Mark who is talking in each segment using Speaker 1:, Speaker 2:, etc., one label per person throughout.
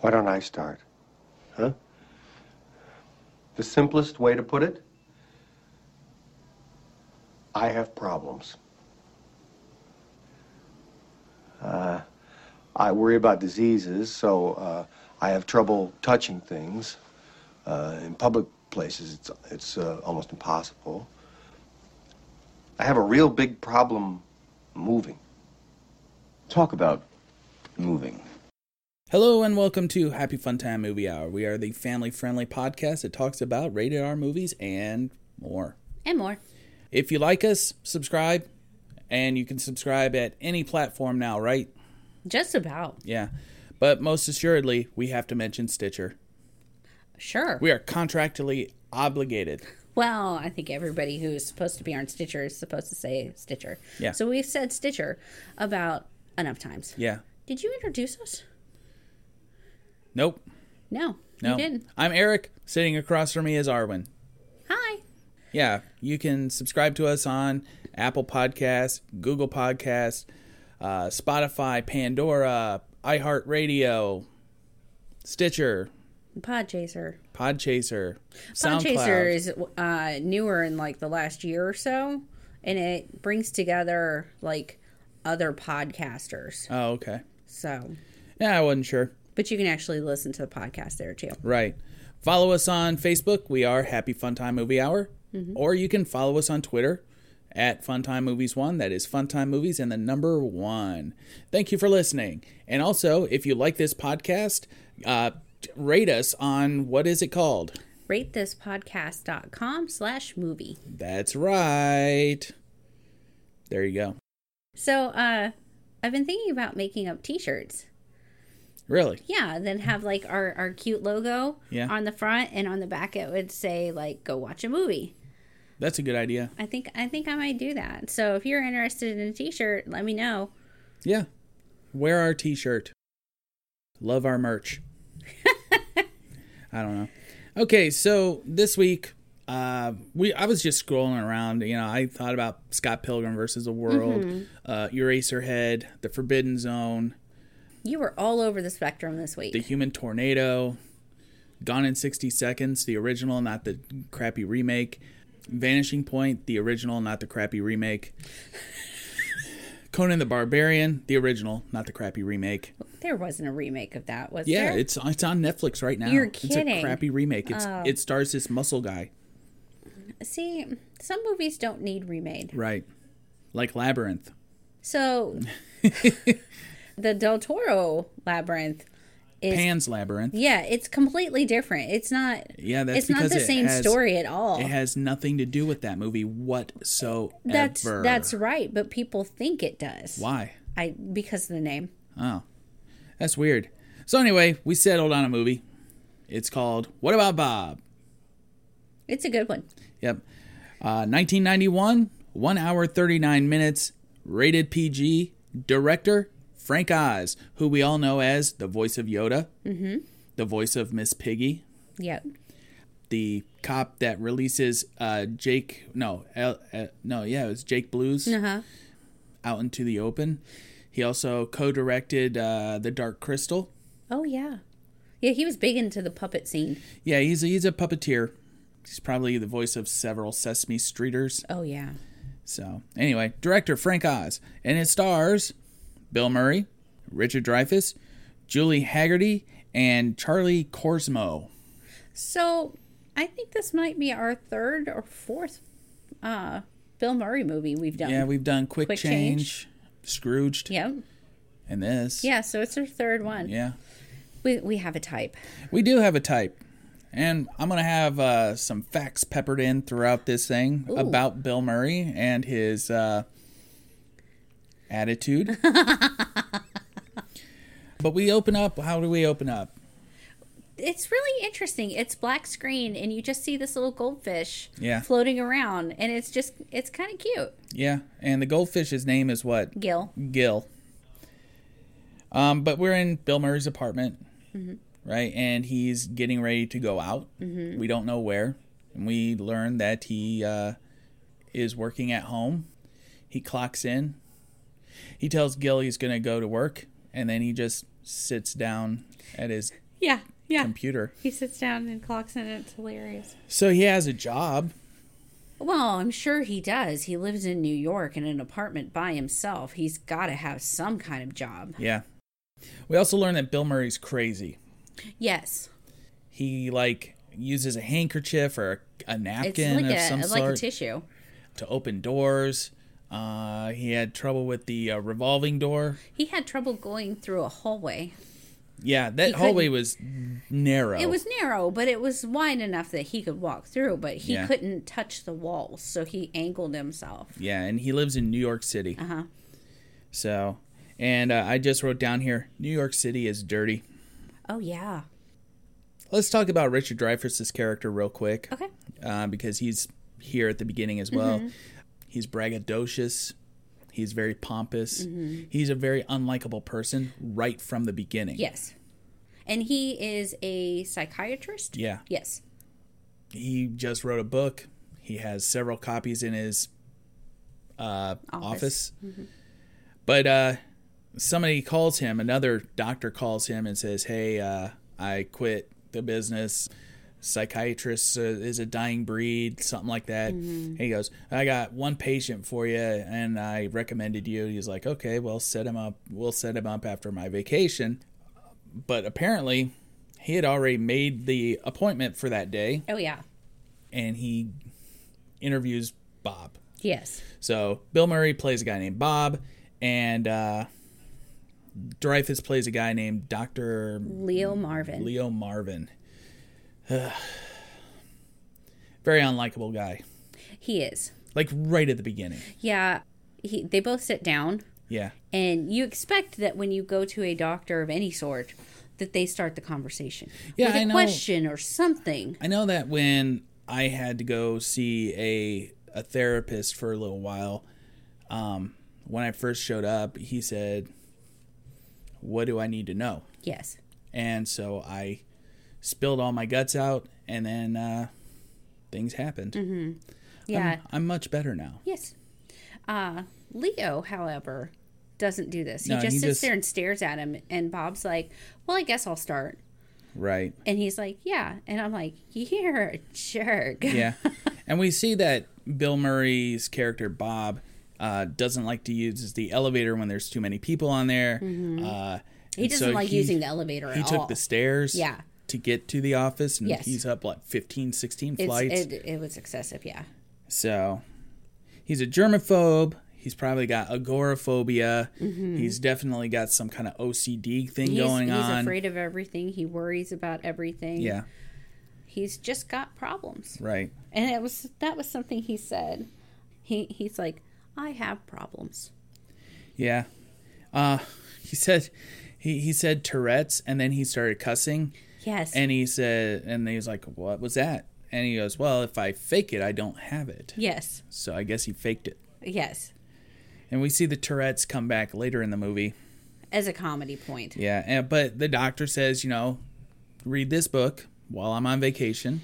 Speaker 1: Why don't I start? Huh? The simplest way to put it I have problems. Uh, I worry about diseases, so uh, I have trouble touching things. Uh, in public places, it's, it's uh, almost impossible. I have a real big problem moving.
Speaker 2: Talk about moving.
Speaker 3: Hello and welcome to Happy Fun Time Movie Hour. We are the family friendly podcast that talks about rated R movies and more.
Speaker 4: and more.
Speaker 3: If you like us, subscribe, and you can subscribe at any platform now, right?
Speaker 4: Just about.
Speaker 3: Yeah. But most assuredly, we have to mention Stitcher.
Speaker 4: Sure.
Speaker 3: We are contractually obligated.
Speaker 4: well, I think everybody who's supposed to be on Stitcher is supposed to say Stitcher.
Speaker 3: Yeah.
Speaker 4: So we've said Stitcher about enough times.
Speaker 3: Yeah.
Speaker 4: Did you introduce us?
Speaker 3: Nope.
Speaker 4: No.
Speaker 3: No.
Speaker 4: You didn't.
Speaker 3: I'm Eric. Sitting across from me is Arwen.
Speaker 4: Hi.
Speaker 3: Yeah, you can subscribe to us on Apple Podcasts, Google Podcasts, uh, Spotify, Pandora, iHeartRadio, Stitcher,
Speaker 4: Podchaser.
Speaker 3: Podchaser,
Speaker 4: Podchaser
Speaker 3: SoundCloud.
Speaker 4: is uh, newer in like the last year or so, and it brings together like other podcasters.
Speaker 3: oh, okay.
Speaker 4: So,
Speaker 3: Yeah, I wasn't sure.
Speaker 4: but you can actually listen to the podcast there too.
Speaker 3: Right. Follow us on Facebook. We are Happy Fun Time Movie Hour. Or you can follow us on Twitter at Funtime Movies One. That is Funtime Movies and the number one. Thank you for listening. And also, if you like this podcast, uh, rate us on what is it called?
Speaker 4: ratethispodcast.com slash movie.
Speaker 3: That's right. There you go.
Speaker 4: So, uh, I've been thinking about making up t-shirts.
Speaker 3: Really?
Speaker 4: Yeah, then have like our, our cute logo
Speaker 3: Yeah.
Speaker 4: on the front and on the back it would say like go watch a movie.
Speaker 3: That's a good idea.
Speaker 4: I think I think I might do that. So if you're interested in a t-shirt, let me know.
Speaker 3: Yeah. Wear our t shirt. Love our merch. I don't know. Okay, so this week, uh, we I was just scrolling around. You know, I thought about Scott Pilgrim versus the World, uh, Eraserhead, The Forbidden Zone,
Speaker 4: You were all over the spectrum this week.
Speaker 3: The Human Tornado, Gone in 60 Seconds, the original, not the crappy remake, Vanishing Point, the original, not the crappy remake, Conan the Barbarian, the original, not the crappy remake.
Speaker 4: there wasn't a remake of that, was
Speaker 3: Yeah,
Speaker 4: there?
Speaker 3: it's it's on Netflix right now.
Speaker 4: You're
Speaker 3: It's a
Speaker 4: kidding. Oh.
Speaker 3: crappy remake. It's it stars this muscle guy,
Speaker 4: See, some movies don't need remade.
Speaker 3: right? Like Labyrinth.
Speaker 4: So the Del Toro labyrinth is
Speaker 3: Pan's Labyrinth.
Speaker 4: yeah, it's completely different. It's not
Speaker 3: Yeah, that's
Speaker 4: it's not
Speaker 3: because
Speaker 4: the
Speaker 3: it
Speaker 4: same
Speaker 3: has-
Speaker 4: story at all.
Speaker 3: It has nothing to do with that movie whatsoever.
Speaker 4: that's that's right, but people think it does.
Speaker 3: why.
Speaker 4: I because of the name.
Speaker 3: Oh, that's weird. So anyway, we settled on a movie. It's called What About Bob?
Speaker 4: It's a good one.
Speaker 3: Yep, uh, 1991, one hour 39 minutes, rated PG. Director Frank Oz, who we all know as the voice of Yoda, mm-hmm. the voice of Miss Piggy,
Speaker 4: Yep.
Speaker 3: the cop that releases uh, Jake. No, El, uh, no, yeah, it was Jake Blues
Speaker 4: Uh-huh.
Speaker 3: out into the open. He also co-directed uh, The Dark Crystal.
Speaker 4: Oh yeah. Yeah, he was big into the puppet scene.
Speaker 3: Yeah, he's a, he's a puppeteer. He's probably the voice of several Sesame Streeters.
Speaker 4: Oh yeah.
Speaker 3: So anyway, director Frank Oz, and it stars Bill Murray, Richard Dreyfuss, Julie Haggerty, and Charlie Corsmo.
Speaker 4: So I think this might be our third or fourth uh Bill Murray movie we've done.
Speaker 3: Yeah, we've done Quick,
Speaker 4: Quick
Speaker 3: Change, Scrooged,
Speaker 4: Yep.
Speaker 3: and this.
Speaker 4: Yeah, so it's our third one.
Speaker 3: yeah.
Speaker 4: We we have a type.
Speaker 3: We do have a type. And I'm going to have uh, some facts peppered in throughout this thing about Bill Murray and his uh, attitude. but we open up. How do we open up?
Speaker 4: It's really interesting. It's black screen and you just see this little goldfish
Speaker 3: Yeah.
Speaker 4: floating around and it's just it's kind of cute.
Speaker 3: Yeah. And the goldfish's name is what?
Speaker 4: Gil.
Speaker 3: Gil. Um, but we're in Bill Murray's apartment,
Speaker 4: Mm-hmm.
Speaker 3: right? And he's getting ready to go out. We don't know where. And we learn that he uh, is working at home. He clocks in. He tells Gil he's going to go to work. And then he just sits down at his
Speaker 5: Yeah, yeah.
Speaker 3: computer.
Speaker 5: He sits down and clocks in. It's hilarious.
Speaker 3: So he has a job.
Speaker 4: Well, I'm sure he does. He lives in New York in an apartment by himself. He's got to have some kind of job.
Speaker 3: Yeah. We also learn that Bill Murray's crazy.
Speaker 4: Yes.
Speaker 3: He like uses a handkerchief or a
Speaker 4: It's
Speaker 3: napkin
Speaker 4: like
Speaker 3: of some
Speaker 4: a, like a
Speaker 3: sort
Speaker 4: tissue.
Speaker 3: to open doors. Uh, he had trouble with the uh, revolving door.
Speaker 4: He had trouble going through a hallway.
Speaker 3: Yeah, that
Speaker 4: He
Speaker 3: hallway
Speaker 4: couldn't-
Speaker 3: was narrow.
Speaker 4: It was narrow, but it was wide enough that he could walk through, but he
Speaker 3: Yeah.
Speaker 4: couldn't touch the walls, so he angled himself.
Speaker 3: yeah, and he lives in New York City.
Speaker 4: Uh-huh.
Speaker 3: So, and uh, I just wrote down here, New York City is dirty.
Speaker 4: Oh yeah.
Speaker 3: Let's talk about Richard Dreyfuss's character real quick.
Speaker 4: Okay. Mm-hmm.
Speaker 3: uh, because he's here at the beginning as well. He's braggadocious. He's very pompous.
Speaker 4: Mm-hmm.
Speaker 3: He's a very unlikable person right from the beginning.
Speaker 4: Yes. And he is a psychiatrist?
Speaker 3: Yeah.
Speaker 4: Yes.
Speaker 3: He just wrote a book. He has several copies in his uh, office. But uh, somebody calls him, another doctor calls him and says, Hey, uh, I quit the business. Psychiatrist uh, is a dying breed, something like that. He goes, I got one patient for you, and I recommended you. He's like, okay, well, set him up. We'll set him up after my vacation. But apparently, he had already made the appointment for that day,
Speaker 4: Oh yeah.
Speaker 3: and he interviews Bob.
Speaker 4: Yes.
Speaker 3: So Bill Murray plays a guy named Bob, and uh, Dreyfus plays a guy named Doctor
Speaker 4: Leo Marvin.
Speaker 3: Leo Marvin. Very unlikable guy.
Speaker 4: He is.
Speaker 3: Like right at the beginning.
Speaker 4: Yeah. He, they both sit down
Speaker 3: Yeah.
Speaker 4: and you expect that when you go to a doctor of any sort that they start the conversation
Speaker 3: Yeah,
Speaker 4: with a
Speaker 3: I know.
Speaker 4: question or something.
Speaker 3: I know that when I had to go see a a therapist for a little while, um, when I first showed up, he said, "What do I need to know?"
Speaker 4: Yes.
Speaker 3: and so I spilled all my guts out, and then uh, things happened.
Speaker 4: Mm-hmm. Yeah.
Speaker 3: I'm much better now.
Speaker 4: Yes. Uh, Leo, however, doesn't do this. He
Speaker 3: No,
Speaker 4: just
Speaker 3: he
Speaker 4: sits
Speaker 3: just-
Speaker 4: there and stares at him. And Bob's like, Well, I guess I'll start.
Speaker 3: Right?
Speaker 4: And he's like, Yeah. And I'm like, You're a jerk.
Speaker 3: Yeah. and we see that Bill Murray's character Bob uh, doesn't like to use the elevator when there's too many people on there. Uh,
Speaker 4: Mm-hmm. He doesn't like using the elevator at
Speaker 3: He took
Speaker 4: all.
Speaker 3: the stairs.
Speaker 4: Yeah.
Speaker 3: To get to the office, and
Speaker 4: Yes.
Speaker 3: he's up like 15, 16
Speaker 4: It's,
Speaker 3: flights.
Speaker 4: it, it was excessive. Yeah.
Speaker 3: So he's a germaphobe. He's probably got agoraphobia. He's definitely got some kind of OCD thing
Speaker 4: Mm-hmm. He's,
Speaker 3: going
Speaker 4: he's
Speaker 3: on.
Speaker 4: afraid of everything. He worries about everything.
Speaker 3: Yeah,
Speaker 4: He's just got problems.
Speaker 3: right.
Speaker 4: And it was that was something he said. He he's like, I have problems.
Speaker 3: Yeah. Uh, he said he, he said Tourette's, and then he started cussing,
Speaker 4: Yes.
Speaker 3: and he said, and he was like, "What was that?" And he goes, "Well, if I fake it, I don't have it."
Speaker 4: yes.
Speaker 3: So I guess he faked it.
Speaker 4: Yes.
Speaker 3: And we see the Tourette's come back later in the movie.
Speaker 4: As a comedy point.
Speaker 3: Yeah, and, but the doctor says, you know, read this book while I'm on vacation.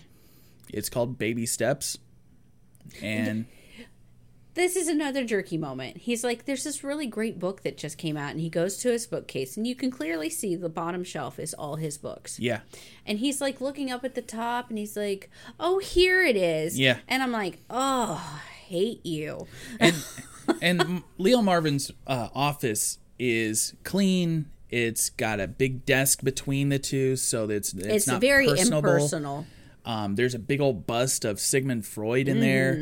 Speaker 3: It's called Baby Steps. And
Speaker 4: this is another jerky moment. He's like, there's this really great book that just came out, and he goes to his bookcase, and you can clearly see the bottom shelf is all his books.
Speaker 3: yeah,
Speaker 4: And he's like looking up at the top, and he's like, oh, here it is.
Speaker 3: Yeah.
Speaker 4: And I'm like, oh, I hate you.
Speaker 3: and Leo Marvin's uh, office is clean. It's got a big desk between the two, so that it's it's,
Speaker 4: It's,
Speaker 3: not
Speaker 4: very
Speaker 3: personable.
Speaker 4: impersonal.
Speaker 3: Um, there's a big old bust of Sigmund Freud in there.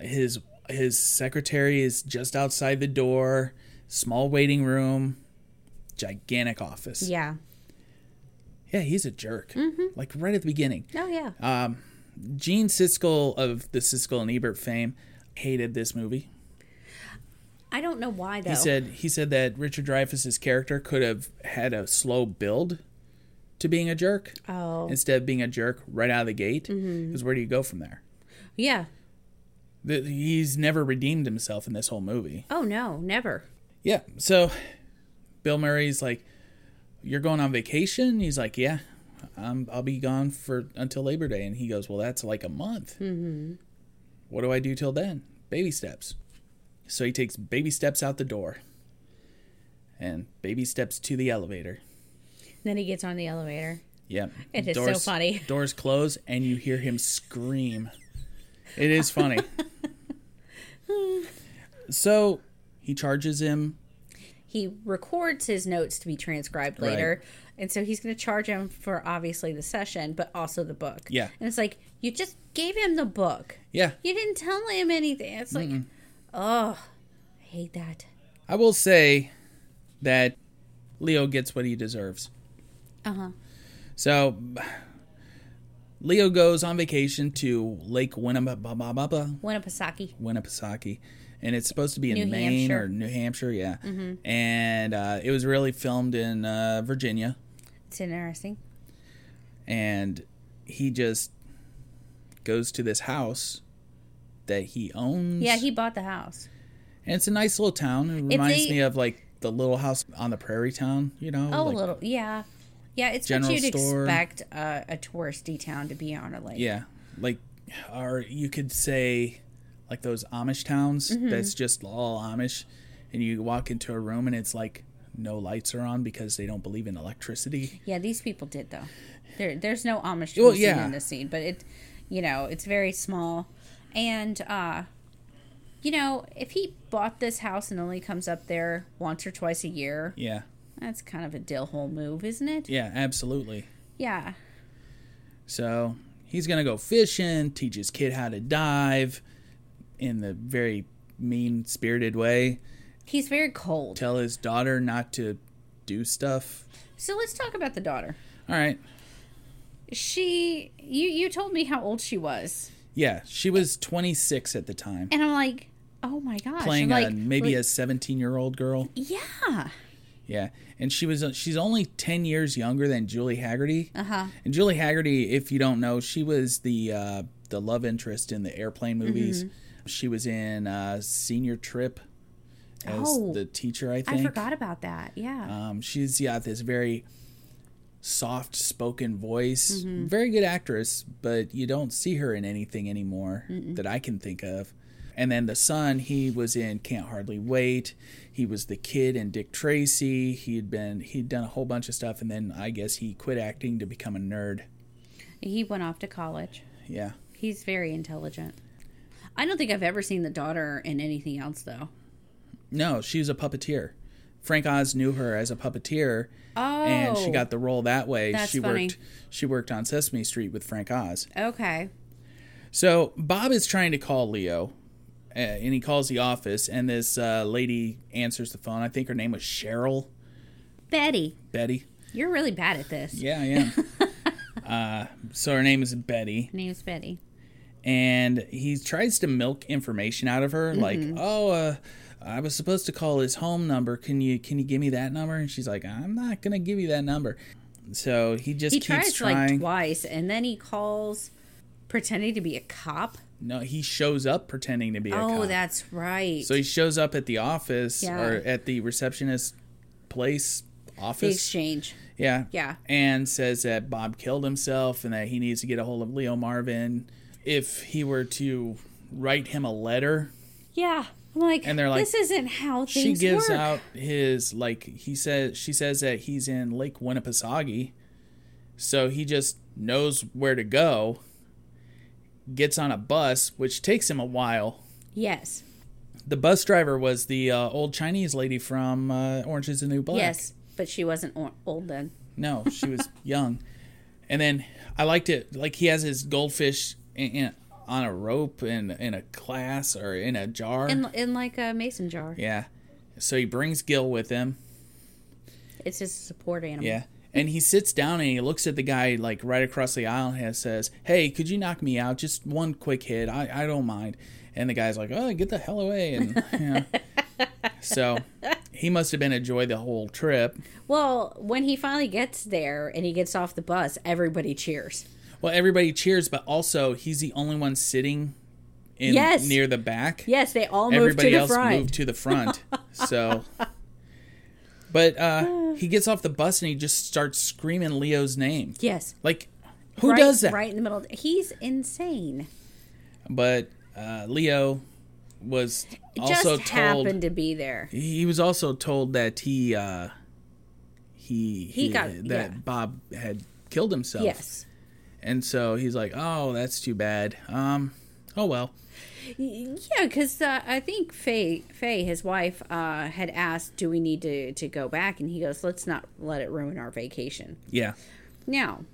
Speaker 4: Mm.
Speaker 3: His his secretary is just outside the door. Small waiting room, gigantic office.
Speaker 4: Yeah.
Speaker 3: Yeah, he's a jerk. Like right at the beginning.
Speaker 4: Oh, yeah.
Speaker 3: Uh, Gene Siskel of the Siskel and Ebert fame hated this movie.
Speaker 4: I don't know why, though.
Speaker 3: He said he said that Richard Dreyfuss's character could have had a slow build to being a jerk
Speaker 4: oh,
Speaker 3: instead of being a jerk right out of the gate. Because where do you go from there?
Speaker 4: yeah.
Speaker 3: The, he's never redeemed himself in this whole movie.
Speaker 4: Oh, no, never.
Speaker 3: Yeah. So Bill Murray's like, "You're going on vacation?" He's like, "Yeah, I'm, I'll be gone for until Labor Day." And he goes, "Well, that's like a month. Mm-hmm. What do I do till then? Baby steps." So he takes baby steps out the door, and baby steps to the elevator.
Speaker 5: Then he gets on the elevator.
Speaker 3: Yep.
Speaker 4: It is so funny.
Speaker 3: Doors close and you hear him scream. It is funny. so he charges him.
Speaker 4: He records his notes to be transcribed
Speaker 3: Right.
Speaker 4: later. And so he's going to charge him for obviously the session, but also the book.
Speaker 3: Yeah.
Speaker 4: And it's like, you just gave him the book.
Speaker 3: Yeah.
Speaker 4: You didn't tell him anything. It's like, oh, I hate that.
Speaker 3: I will say that Leo gets what he deserves.
Speaker 4: Uh huh.
Speaker 3: So Leo goes on vacation to Lake Winnebago.
Speaker 4: Winnipesaukee.
Speaker 3: Winnipesaukee, and it's supposed to be in
Speaker 4: New
Speaker 3: Maine
Speaker 4: Hampshire. Mm-hmm.
Speaker 3: or New Hampshire, yeah. And uh, it was really filmed in uh, Virginia,
Speaker 4: It's interesting.
Speaker 3: and he just goes to this house that he owns.
Speaker 4: Yeah, he bought the house.
Speaker 3: and it's a nice little town. It reminds
Speaker 4: they-
Speaker 3: me of like the Little House on the Prairie town, you know.
Speaker 4: Oh,
Speaker 3: like-
Speaker 4: a little. Yeah. Yeah, it's what
Speaker 3: General
Speaker 4: you'd
Speaker 3: store.
Speaker 4: expect uh, a touristy town to be on a lake.
Speaker 3: Yeah, like, or you could say like those Amish towns
Speaker 4: Mm-hmm.
Speaker 3: that's just all Amish, and you walk into a room and it's like no lights are on because they don't believe in electricity.
Speaker 4: Yeah, these people did though. There, there's no Amish
Speaker 3: Well,
Speaker 4: cuisine
Speaker 3: yeah.
Speaker 4: in the scene, but it, you know, it's very small, and uh, you know, if he bought this house and only comes up there once or twice a year,
Speaker 3: Yeah,
Speaker 4: that's kind of a dill hole move, isn't it? Yeah.
Speaker 3: yeah, absolutely. So he's gonna go fishing, teach his kid how to dive in the very mean spirited way,
Speaker 4: he's very cold.
Speaker 3: tell his daughter not to do stuff.
Speaker 4: So let's talk about the daughter.
Speaker 3: All right.
Speaker 4: She, you, you told me how old she was,
Speaker 3: Yeah, she was 26 at the time,
Speaker 4: and I'm like, oh my gosh,
Speaker 3: playing
Speaker 4: like
Speaker 3: a, maybe
Speaker 4: like,
Speaker 3: a 17 year old girl.
Speaker 4: yeah,
Speaker 3: Yeah, and she was uh, she's only ten years younger than Julie Haggerty. Uh
Speaker 4: Uh-huh.
Speaker 3: And Julie Haggerty, if you don't know, she was the uh, the love interest in the airplane
Speaker 4: Mm-hmm.
Speaker 3: movies. She was in uh, Senior Trip as
Speaker 4: Oh,
Speaker 3: the teacher. I think
Speaker 4: I forgot about that. Yeah,
Speaker 3: Um, she's got this very soft spoken voice,
Speaker 4: Mm-hmm.
Speaker 3: very good actress, but you don't see her in anything anymore that I can think of. And then the son, he was in Can't Hardly Wait. He was the kid in Dick Tracy. He had been he'd done a whole bunch of stuff, and then I guess he quit acting to become a nerd.
Speaker 4: he went off to college.
Speaker 3: Yeah,
Speaker 4: He's very intelligent. I don't think I've ever seen the daughter in anything else though.
Speaker 3: no, she was a puppeteer. Frank Oz knew her as a puppeteer,
Speaker 4: Oh,
Speaker 3: and she got the role that way.
Speaker 4: That's
Speaker 3: she
Speaker 4: funny.
Speaker 3: worked she worked on Sesame Street with Frank Oz.
Speaker 4: Oh, okay.
Speaker 3: So Bob is trying to call Leo, uh, and he calls the office, and this uh, lady answers the phone. I think her name was Cheryl
Speaker 4: Betty,
Speaker 3: Betty.
Speaker 4: you're really bad at this.
Speaker 3: Yeah, yeah. uh, so her name is Betty,
Speaker 4: Her name's Betty.
Speaker 3: and he tries to milk information out of her,
Speaker 4: Mm-hmm.
Speaker 3: like, "Oh, uh, I was supposed to call his home number. Can you can you give me that number?" And she's like, "I'm not gonna give you that number." So he just
Speaker 4: He
Speaker 3: keeps
Speaker 4: tries
Speaker 3: trying.
Speaker 4: like twice, and then he calls, pretending to be a cop.
Speaker 3: no, he shows up pretending to be a
Speaker 4: oh,
Speaker 3: cop.
Speaker 4: that's right.
Speaker 3: So he shows up at the office
Speaker 4: Yeah.
Speaker 3: or at the receptionist place
Speaker 4: the
Speaker 3: office.
Speaker 4: exchange.
Speaker 3: Yeah.
Speaker 4: Yeah.
Speaker 3: And says that Bob killed himself and that he needs to get a hold of Leo Marvin. If he were to write him a letter,
Speaker 4: Yeah, I'm like,
Speaker 3: And they're like-
Speaker 4: this isn't how things
Speaker 3: she gives
Speaker 4: work.
Speaker 3: out his like he says she says that he's in Lake Winnipesaukee. So he just knows where to go, gets on a bus, which takes him a while.
Speaker 4: Yes,
Speaker 3: The bus driver was the uh, old Chinese lady from uh, Orange is the New Black.
Speaker 4: yes, but she wasn't o- old then.
Speaker 3: No, she was young. And then I liked it. Like he has his goldfish in, in, on a rope in in a class or in a jar.
Speaker 4: In in like a mason jar.
Speaker 3: yeah. So he brings Gil with him.
Speaker 4: It's his support animal.
Speaker 3: Yeah. And he sits down and he looks at the guy like right across the aisle and he says, "Hey, could you knock me out? Just one quick hit. I, I don't mind." And the guy's like, "Oh, get the hell away!" And yeah. so he must have been a joy the whole trip.
Speaker 4: Well, when he finally gets there and he gets off the bus, everybody cheers.
Speaker 3: Well, everybody cheers, but also he's the only one sitting in
Speaker 4: Yes.
Speaker 3: near the back.
Speaker 4: Yes, they all moved
Speaker 3: Everybody
Speaker 4: to the
Speaker 3: else
Speaker 4: front.
Speaker 3: moved to the front. so But uh he gets off the bus and he just starts screaming Leo's name.
Speaker 4: yes.
Speaker 3: Like who
Speaker 4: right,
Speaker 3: does that?
Speaker 4: Right in the middle. He's insane.
Speaker 3: But uh Leo was also told
Speaker 4: Just happened to be there.
Speaker 3: he was also told that he uh he,
Speaker 4: He got-
Speaker 3: that
Speaker 4: yeah.
Speaker 3: Bob had killed himself.
Speaker 4: Yes.
Speaker 3: And so he's like, "Oh, that's too bad. Um, oh well."
Speaker 4: Yeah, because uh, I think Faye, Faye, his wife, uh, had asked, "Do we need to to go back?" And he goes, "Let's not let it ruin our vacation."
Speaker 3: Yeah.
Speaker 4: Now,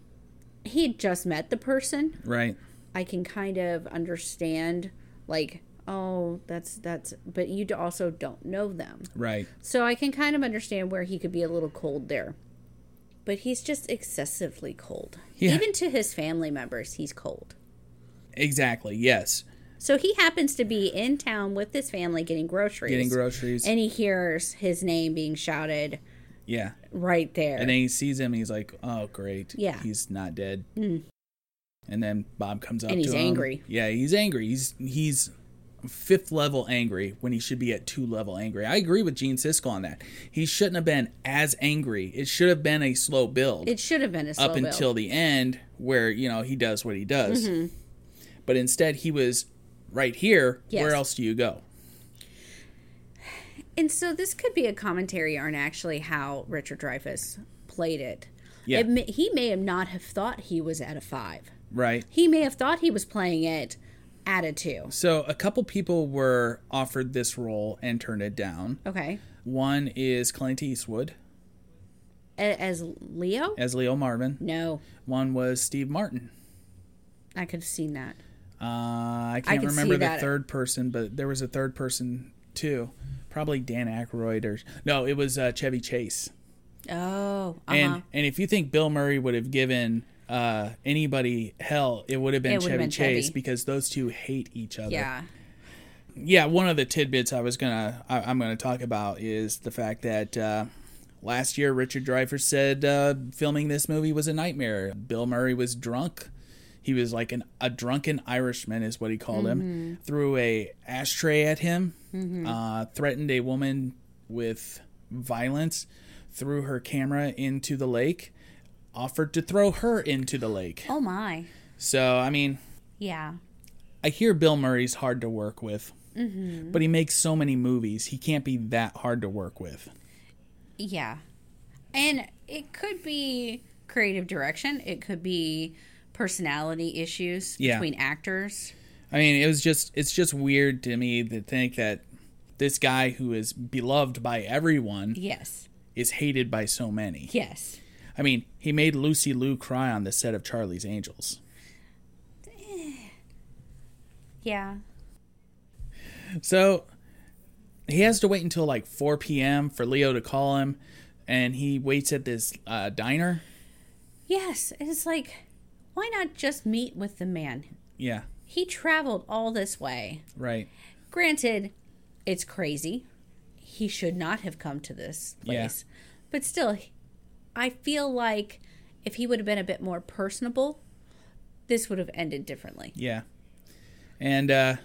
Speaker 4: he had just met the person.
Speaker 3: Right.
Speaker 4: I can kind of understand, like, oh, that's that's, but you d- also don't know them,
Speaker 3: Right.
Speaker 4: so I can kind of understand where he could be a little cold there. But he's just excessively cold.
Speaker 3: Yeah.
Speaker 4: Even to his family members, he's cold.
Speaker 3: Exactly. Yes.
Speaker 4: So he happens to be in town with his family getting groceries.
Speaker 3: Getting groceries.
Speaker 4: And he hears his name being shouted
Speaker 3: yeah.
Speaker 4: right there.
Speaker 3: And then he sees him and he's like, "Oh, great.
Speaker 4: Yeah. Mm.
Speaker 3: He's not dead." And then Bob comes up
Speaker 4: And
Speaker 3: to
Speaker 4: he's
Speaker 3: him.
Speaker 4: angry.
Speaker 3: Yeah, he's angry. He's he's fifth level angry when he should be at two level angry. I agree with Gene Siskel on that. He shouldn't have been as angry. It should have been a slow build.
Speaker 4: it should have been a slow
Speaker 3: up until the end where you know he does what he does
Speaker 4: Mm-hmm.
Speaker 3: but instead he was right here
Speaker 4: Yes.
Speaker 3: where else do you go
Speaker 4: And so this could be a commentary on actually how Richard Dreyfuss played it.
Speaker 3: Yeah.
Speaker 4: It may, he may have not have thought he was at a five.
Speaker 3: right
Speaker 4: He may have thought he was playing it at a two.
Speaker 3: so a couple people were offered this role and turned it down
Speaker 4: Okay.
Speaker 3: one is clint eastwood
Speaker 4: A- as Leo?
Speaker 3: as leo marvin
Speaker 4: No,
Speaker 3: one was steve martin
Speaker 4: I could have seen that.
Speaker 3: uh, i can't
Speaker 4: can see
Speaker 3: remember the
Speaker 4: that.
Speaker 3: third person but there was a third person too probably dan Aykroyd or no it was uh, chevy chase
Speaker 4: Oh, uh-huh.
Speaker 3: and and if you think Bill Murray would have given uh, anybody hell, it would have been
Speaker 4: It would
Speaker 3: Chevy
Speaker 4: have been
Speaker 3: Chase
Speaker 4: Chevy.
Speaker 3: because those two hate each other.
Speaker 4: yeah.
Speaker 3: Yeah, One of the tidbits I was gonna I, I'm gonna talk about is the fact that uh, last year Richard Dreyfuss said uh, filming this movie was a nightmare. Bill Murray was drunk. He was like an a drunken Irishman is what he called him. Threw a ashtray at him. Uh, threatened a woman with violence. Threw her camera into the lake. Offered to throw her into the lake.
Speaker 4: Oh, my.
Speaker 3: So I mean,
Speaker 4: Yeah.
Speaker 3: I hear Bill Murray's hard to work with, but he makes so many movies. He can't be that hard to work with.
Speaker 4: Yeah. And it could be creative direction, it could be personality issues
Speaker 3: Yeah.
Speaker 4: between actors.
Speaker 3: I mean, it was just it's just weird to me to think that this guy who is beloved by everyone
Speaker 4: Yes.
Speaker 3: is hated by so many.
Speaker 4: Yes.
Speaker 3: I mean, he made Lucy Liu cry on the set of Charlie's Angels.
Speaker 4: Yeah.
Speaker 3: So he has to wait until like 4 p.m. for Leo to call him, and he waits at this uh, diner.
Speaker 4: Yes. It's like, why not just meet with the man?
Speaker 3: Yeah,
Speaker 4: He traveled all this way.
Speaker 3: right.
Speaker 4: Granted, it's crazy. He should not have come to this place. But still, I feel like if he would have been a bit more personable, this would have ended differently.
Speaker 3: Yeah. And uh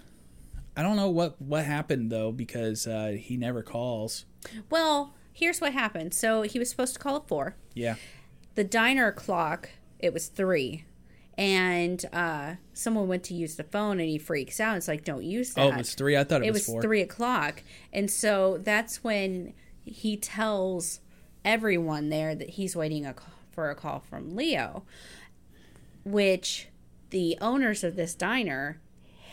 Speaker 3: I don't know what what happened though because uh he never calls.
Speaker 4: Well, here's what happened. So he was supposed to call at four.
Speaker 3: Yeah.
Speaker 4: The diner clock, it was three. And uh, someone went to use the phone and he freaks out. It's like, don't use that.
Speaker 3: Oh, it was 3. I thought it,
Speaker 4: Uh, It
Speaker 3: was,
Speaker 4: was
Speaker 3: 4.
Speaker 4: three o'clock. And so that's when he tells everyone there that he's waiting a, ca- for a call from Leo, which the owners of this diner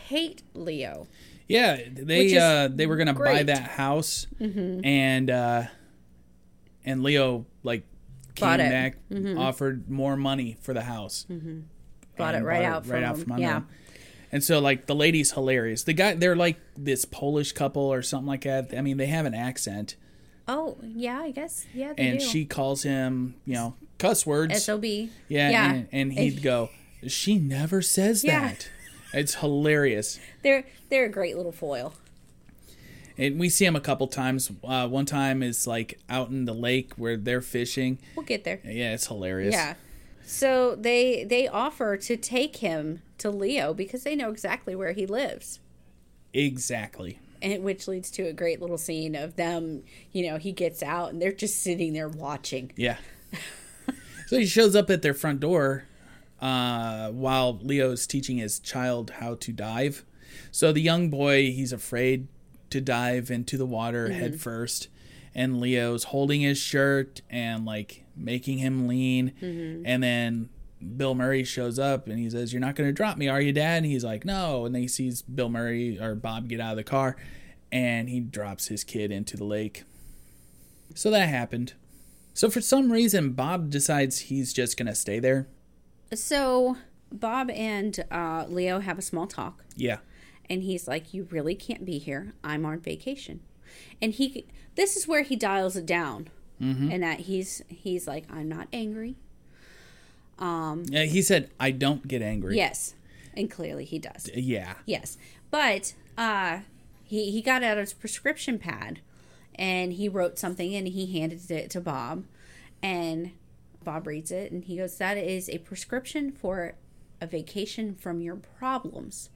Speaker 4: hate Leo.
Speaker 3: Yeah,
Speaker 4: Which
Speaker 3: they
Speaker 4: is
Speaker 3: uh they were going to buy
Speaker 4: great. Mm-hmm.
Speaker 3: that house and uh and Leo like came
Speaker 4: Bought it. Mm-hmm.
Speaker 3: back offered more money for the house.
Speaker 4: Bought
Speaker 3: and
Speaker 4: it right out from him. yeah.
Speaker 3: And so like the lady's hilarious. The guy they're like this Polish couple or something like that. I mean, they have an accent
Speaker 4: Oh, yeah, I guess. Yeah, they
Speaker 3: and
Speaker 4: do.
Speaker 3: she calls him, you know, cuss words.
Speaker 4: SOB.
Speaker 3: Yeah, And, and he'd go, "She never says
Speaker 4: Yeah.
Speaker 3: that." It's hilarious.
Speaker 4: they're they're a great little foil.
Speaker 3: And we see him a couple times. Uh, one time is like out in the lake where they're fishing.
Speaker 4: We'll get there.
Speaker 3: Yeah, it's hilarious.
Speaker 4: Yeah. So they they offer to take him to Leo because they know exactly where he lives.
Speaker 3: exactly.
Speaker 4: And which leads to a great little scene of them, you know, he gets out and they're just sitting there watching.
Speaker 3: Yeah. so he shows up at their front door uh, while Leo's teaching his child how to dive. So the young boy, he's afraid to dive into the water head first. And Leo's holding his shirt and like making him lean. And then Bill Murray shows up and he says, You're not going to drop me, are you, Dad? And he's like, No. And then he sees Bill Murray or Bob get out of the car and he drops his kid into the lake. So that happened. So for some reason, Bob decides he's just going to stay there.
Speaker 4: So Bob and uh, Leo have a small talk,
Speaker 3: Yeah.
Speaker 4: and he's like, "You really can't be here. I'm on vacation." And he, this is where he dials it down, and that he's he's like, "I'm not angry."
Speaker 3: Yeah, Uh, he said, I don't get angry.
Speaker 4: Yes, and clearly he does.
Speaker 3: Yeah.
Speaker 4: Yes, but uh, he he got out his prescription pad, and he wrote something, and he handed it to Bob, and Bob reads it, and he goes, "That is a prescription for a vacation from your problems.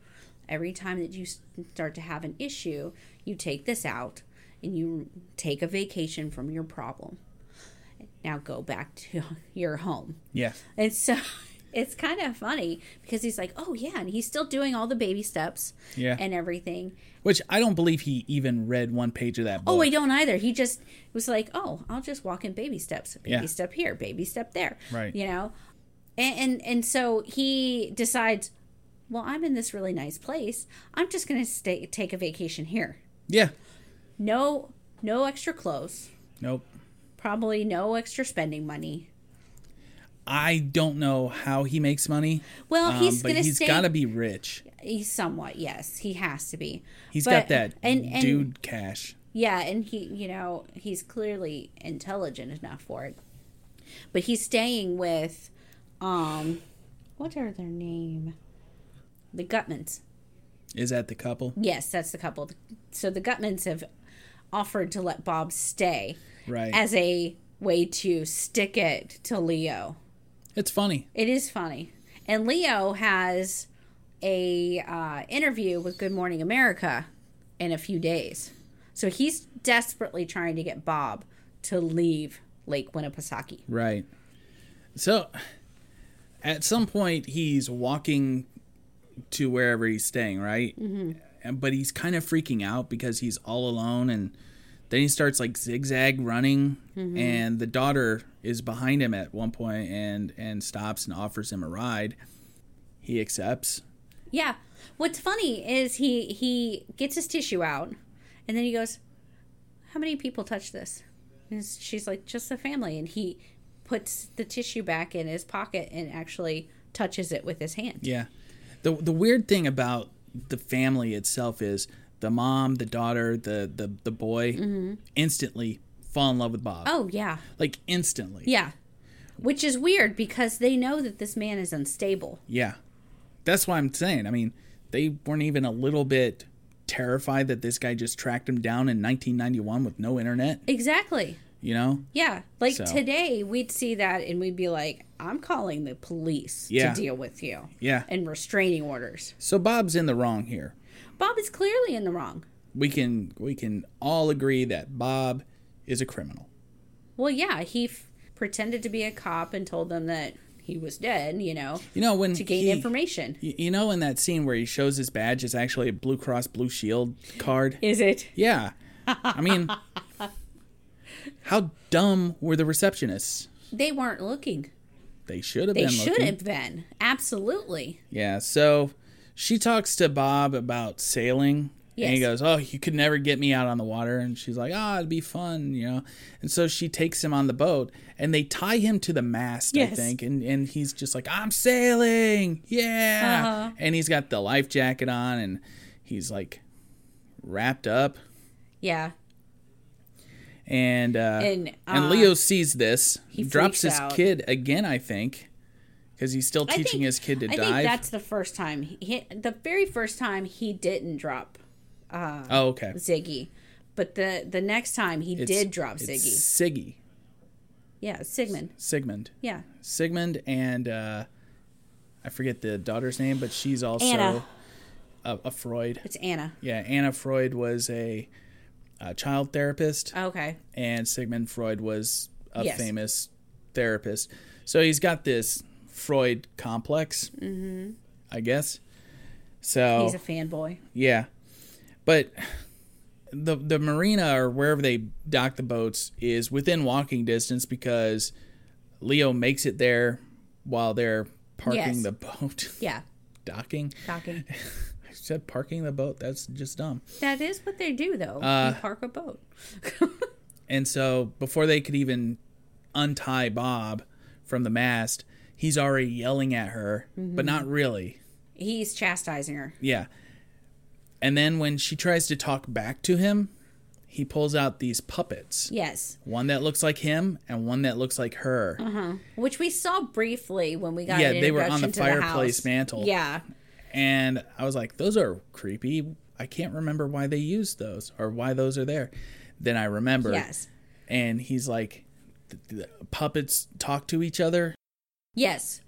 Speaker 4: Every time that you s- start to have an issue, you take this out, and you take a vacation from your problem. Now go back to your home."
Speaker 3: Yeah.
Speaker 4: And so it's kind of funny because he's like, oh, yeah. And he's still doing all the baby steps
Speaker 3: Yeah.
Speaker 4: and everything.
Speaker 3: Which I don't believe he even read one page of that book.
Speaker 4: Oh, I don't either. He just was like, oh, I'll just walk in baby steps. Baby
Speaker 3: Yeah.
Speaker 4: step here, baby step there.
Speaker 3: Right.
Speaker 4: You know? And, and, and so he decides, well, I'm in this really nice place. I'm just going to stay take a vacation here.
Speaker 3: Yeah.
Speaker 4: No, no extra clothes.
Speaker 3: Nope.
Speaker 4: Probably no extra spending money.
Speaker 3: I don't know how he makes money.
Speaker 4: Well,
Speaker 3: um,
Speaker 4: he's
Speaker 3: but
Speaker 4: going to
Speaker 3: he's
Speaker 4: stay.
Speaker 3: got to be rich.
Speaker 4: he's somewhat yes. He has to be.
Speaker 3: He's
Speaker 4: But-
Speaker 3: got that dude cash.
Speaker 4: Yeah, and he, you know, he's clearly intelligent enough for it. But he's staying with, um, what are their name? The Gutmans.
Speaker 3: Is that the couple?
Speaker 4: Yes, that's the couple. So the Gutmans have offered to let Bob stay
Speaker 3: Right.
Speaker 4: as a way to stick it to Leo.
Speaker 3: it's funny.
Speaker 4: It is funny, and Leo has a uh, interview with Good Morning America in a few days, so he's desperately trying to get Bob to leave Lake Winnipesaukee.
Speaker 3: Right. So at some point he's walking to wherever he's staying, right? Mm-hmm. But he's kind of freaking out because he's all alone and then he starts like zigzag running and the daughter is behind him at one point and and stops and offers him a ride. He accepts.
Speaker 4: Yeah. What's funny is he he gets his tissue out, and then he goes, "How many people touch this?" And s- she's like, "Just the family." And he puts the tissue back in his pocket and actually touches it with his hand.
Speaker 3: Yeah. The the weird thing about the family itself is the mom, the daughter, the the the boy instantly fall in love with Bob.
Speaker 4: Oh yeah.
Speaker 3: Like instantly.
Speaker 4: Yeah. Which is weird because they know that this man is unstable.
Speaker 3: Yeah. That's why I'm saying. I mean, they weren't even a little bit terrified that this guy just tracked him down in 1991 with no internet,
Speaker 4: Exactly.
Speaker 3: you know?
Speaker 4: Yeah. Like
Speaker 3: So-
Speaker 4: today, we'd see that and we'd be like, I'm calling the police
Speaker 3: Yeah.
Speaker 4: to deal with you
Speaker 3: Yeah.
Speaker 4: and restraining orders.
Speaker 3: So Bob's in the wrong here.
Speaker 4: Bob is clearly in the wrong.
Speaker 3: We can we can all agree that Bob is a criminal.
Speaker 4: Well, yeah, he f- pretended to be a cop and told them that he was dead, you know,
Speaker 3: You know when
Speaker 4: to gain
Speaker 3: he-
Speaker 4: information.
Speaker 3: y- You know in that scene where he shows his badge is actually a Blue Cross Blue Shield card?
Speaker 4: Is it?
Speaker 3: Yeah. I mean, how dumb were the receptionists?
Speaker 4: They weren't looking.
Speaker 3: They should have
Speaker 4: They
Speaker 3: been
Speaker 4: should
Speaker 3: looking.
Speaker 4: have been. Absolutely.
Speaker 3: Yeah, so she talks to Bob about sailing. And he
Speaker 4: Yes.
Speaker 3: goes, Oh, you could never get me out on the water. And she's like, Ah, it'd be fun, you know. And so she takes him on the boat and they tie him to the mast, I
Speaker 4: Yes.
Speaker 3: think. And, and he's just like, I'm sailing. Yeah.
Speaker 4: Uh-huh.
Speaker 3: And he's got the life jacket on and he's like wrapped up.
Speaker 4: Yeah.
Speaker 3: And, uh,
Speaker 4: And,
Speaker 3: and
Speaker 4: uh,
Speaker 3: Leo sees this. He drops
Speaker 4: freaks
Speaker 3: his
Speaker 4: out.
Speaker 3: kid again, I think, because he's still
Speaker 4: I
Speaker 3: teaching
Speaker 4: think-
Speaker 3: his kid to
Speaker 4: I
Speaker 3: dive.
Speaker 4: think that's the first time he, he- the very first time he didn't drop
Speaker 3: oh, okay.
Speaker 4: Ziggy, but the the next time he
Speaker 3: It's-
Speaker 4: did drop
Speaker 3: it's
Speaker 4: Ziggy.
Speaker 3: Siggy.
Speaker 4: yeah, Sigmund.
Speaker 3: Sigmund.
Speaker 4: Yeah,
Speaker 3: Sigmund and uh, I forget the daughter's name, but she's also
Speaker 4: Anna.
Speaker 3: A, a Freud.
Speaker 4: it's Anna.
Speaker 3: Yeah, Anna Freud was a, a child therapist,
Speaker 4: Okay.
Speaker 3: and Sigmund Freud was a
Speaker 4: Yes.
Speaker 3: famous therapist. So he's got this Freud complex, mm-hmm. I guess. So
Speaker 4: He's a fanboy.
Speaker 3: yeah, but the the marina or wherever they dock the boats is within walking distance because Leo makes it there while they're parking
Speaker 4: Yes.
Speaker 3: the boat,
Speaker 4: Yeah,
Speaker 3: docking.
Speaker 4: docking.
Speaker 3: I said parking the boat. That's just dumb.
Speaker 4: that is what they do, though.
Speaker 3: Uh,
Speaker 4: you park a boat.
Speaker 3: And so before they could even untie Bob from the mast, he's already yelling at her, but not really.
Speaker 4: He's chastising her.
Speaker 3: Yeah. And then when she tries to talk back to him, he pulls out these puppets.
Speaker 4: Yes, Uh-huh.
Speaker 3: One that looks like him and one that looks like her.
Speaker 4: which we saw briefly when we got.
Speaker 3: Yeah,
Speaker 4: an
Speaker 3: they were on
Speaker 4: introduction
Speaker 3: the
Speaker 4: to
Speaker 3: fireplace
Speaker 4: house.
Speaker 3: mantel.
Speaker 4: Yeah,
Speaker 3: And I was like, those are creepy. I can't remember why they used those or why those are there. Then I remember.
Speaker 4: Yes.
Speaker 3: And he's like, "The- the puppets talk to each other.
Speaker 4: yes,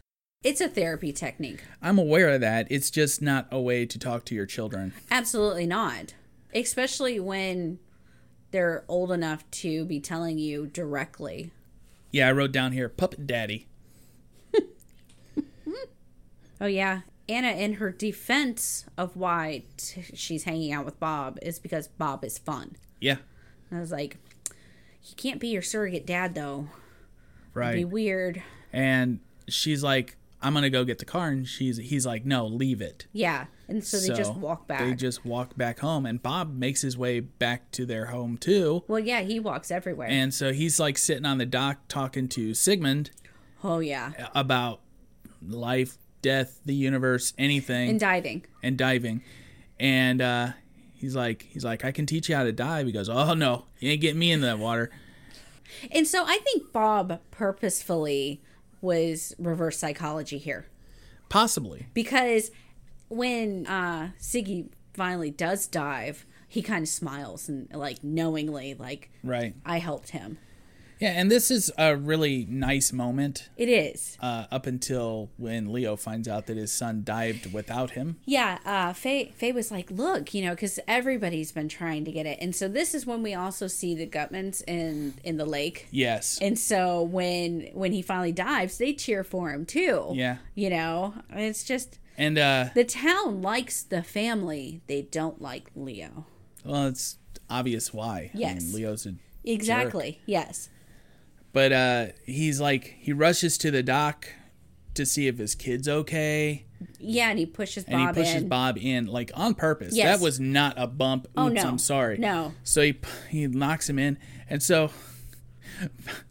Speaker 4: it's a therapy technique.
Speaker 3: I'm aware of that. It's just not a way to talk to your children.
Speaker 4: Absolutely not. Especially when they're old enough to be telling you directly.
Speaker 3: Yeah, I wrote down here, puppet daddy.
Speaker 4: Oh, yeah. Anna, in her defense of why t- she's hanging out with Bob, is because Bob is fun.
Speaker 3: Yeah.
Speaker 4: And I was like, he can't be your surrogate dad, though. It'd
Speaker 3: Right.
Speaker 4: be weird.
Speaker 3: and she's like i'm gonna go get the car and she's he's like no leave it
Speaker 4: Yeah. And so they just walk back.
Speaker 3: they just walk back home and bob makes his way back to their home too
Speaker 4: well, yeah, he walks everywhere.
Speaker 3: and so he's like sitting on the dock talking to sigmund
Speaker 4: oh, yeah.
Speaker 3: about life death the universe anything
Speaker 4: And diving.
Speaker 3: and diving and uh He's like, he's like, I can teach you how to dive. He goes, oh no, you ain't getting me into that water.
Speaker 4: And so I think Bob purposefully was reverse psychology here.
Speaker 3: Possibly,
Speaker 4: because when uh Siggy finally does dive, he kind of smiles and like knowingly like
Speaker 3: right?
Speaker 4: I helped him.
Speaker 3: Yeah, and this is a really nice moment
Speaker 4: It is.
Speaker 3: uh, up until when Leo finds out that his son dived without him.
Speaker 4: yeah, uh Faye Faye was like, "Look, you know, cuz everybody's been trying to get it." And so this is when we also see the Gutmans in in the lake.
Speaker 3: Yes.
Speaker 4: And so when when he finally dives, they cheer for him too.
Speaker 3: Yeah.
Speaker 4: You know, it's just
Speaker 3: And uh
Speaker 4: the town likes the family. They don't like Leo.
Speaker 3: well it's obvious why. I
Speaker 4: Yes.
Speaker 3: mean, Leo's a
Speaker 4: Exactly. Yes.
Speaker 3: but uh he's like he rushes to the dock to see if his kid's okay
Speaker 4: Yeah, and he pushes Bob
Speaker 3: and he pushes
Speaker 4: in.
Speaker 3: Bob in like on purpose.
Speaker 4: Yes.
Speaker 3: That was not a bump. Oops,
Speaker 4: Oh, no.
Speaker 3: I'm sorry.
Speaker 4: No.
Speaker 3: So he p- he knocks him in and so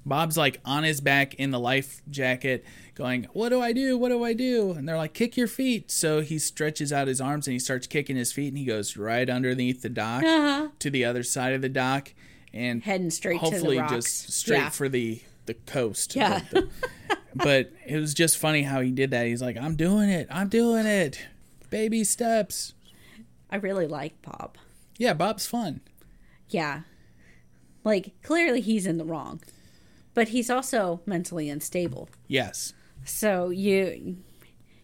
Speaker 3: Bob's like on his back in the life jacket going, "What do I do? What do I do?" And they're like, "Kick your feet." So he stretches out his arms and he starts kicking his feet and he goes right underneath the dock
Speaker 4: Uh-huh.
Speaker 3: to the other side of the dock and
Speaker 4: Heading straight to the
Speaker 3: hopefully
Speaker 4: rocks.
Speaker 3: just straight
Speaker 4: Yeah.
Speaker 3: for the the coast.
Speaker 4: Yeah.
Speaker 3: The- the- but it was just funny how he did that. He's like, "I'm doing it. I'm doing it. Baby steps."
Speaker 4: I really like Bob.
Speaker 3: Yeah, Bob's fun.
Speaker 4: Yeah. Like, clearly he's in the wrong, but he's also mentally unstable.
Speaker 3: Yes.
Speaker 4: So you,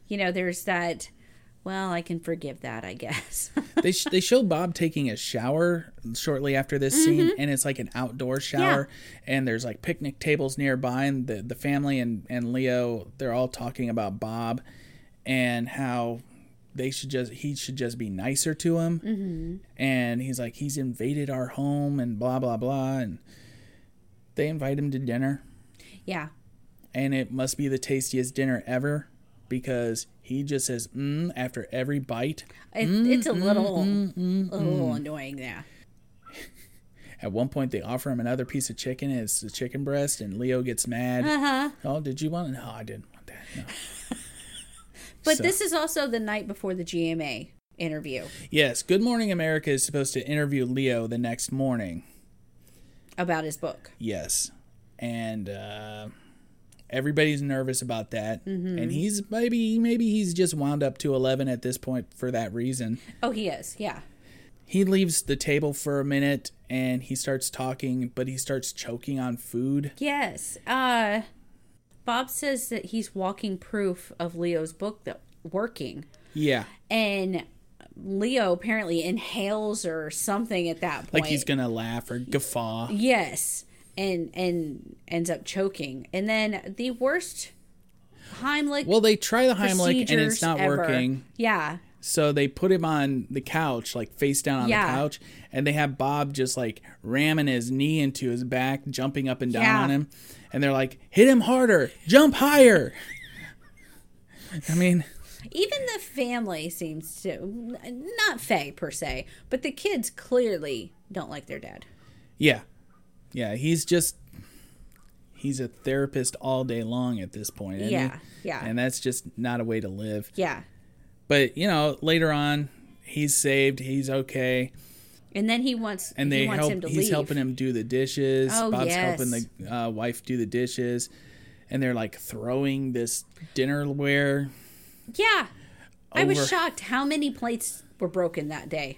Speaker 4: you know, there's that, well, I can forgive that, I guess.
Speaker 3: they sh- they show Bob taking a shower shortly after this scene, and it's like an outdoor shower, and there's like picnic tables nearby, and the the family and and Leo they're all talking about Bob, and how they should just he should just be nicer to him, and he's like he's invaded our home and blah blah blah, and they invite him to dinner,
Speaker 4: yeah.
Speaker 3: and it must be the tastiest dinner ever because he just says mm after every bite.
Speaker 4: It, it's a little,
Speaker 3: Mm-hmm,
Speaker 4: a little annoying. Yeah.
Speaker 3: At one point, they offer him another piece of chicken. and It's the chicken breast, and Leo gets mad. Uh-huh. Oh, did you want? No, I didn't want that. No.
Speaker 4: But
Speaker 3: So-
Speaker 4: this is also the night before the GMA interview
Speaker 3: yes, Good Morning America is supposed to interview Leo the next morning.
Speaker 4: about his book.
Speaker 3: Yes, and uh, everybody's nervous about that. And he's maybe maybe he's just wound up to eleven at this point for that reason.
Speaker 4: Oh, he is. Yeah.
Speaker 3: He leaves the table for a minute and he starts talking, but he starts choking on food.
Speaker 4: Yes. Uh, Bob says that he's walking proof of Leo's book that working.
Speaker 3: Yeah,
Speaker 4: and Leo apparently inhales or something at that
Speaker 3: like
Speaker 4: point.
Speaker 3: he's gonna laugh or guffaw.
Speaker 4: yes, and and ends up choking, and then the worst Heimlich
Speaker 3: Well, they try the Heimlich and
Speaker 4: procedures
Speaker 3: it's not
Speaker 4: ever.
Speaker 3: working.
Speaker 4: Yeah,
Speaker 3: So they put him on the couch, like face down on
Speaker 4: Yeah.
Speaker 3: the couch, and they have Bob just like ramming his knee into his back, jumping up and down
Speaker 5: Yeah.
Speaker 3: on him. And they're like, hit him harder, jump higher. I mean,
Speaker 4: Even the family seems to, n- not Faye per se, but the kids clearly don't like their dad.
Speaker 3: yeah. Yeah, he's just, he's a therapist all day long at this point. isn't he?
Speaker 4: Yeah, yeah.
Speaker 3: And that's just not a way to live.
Speaker 4: Yeah.
Speaker 3: But, you know, later on, he's saved, he's okay.
Speaker 4: And then he wants
Speaker 3: and they
Speaker 4: he wants
Speaker 3: help.
Speaker 4: him to
Speaker 3: he's
Speaker 4: leave.
Speaker 3: helping him do the dishes.
Speaker 4: Oh,
Speaker 3: Bob's
Speaker 4: yes.
Speaker 3: helping the uh, wife do the dishes, and they're like throwing this dinnerware.
Speaker 4: Yeah. I
Speaker 3: Over.
Speaker 4: was shocked how many plates were broken that day.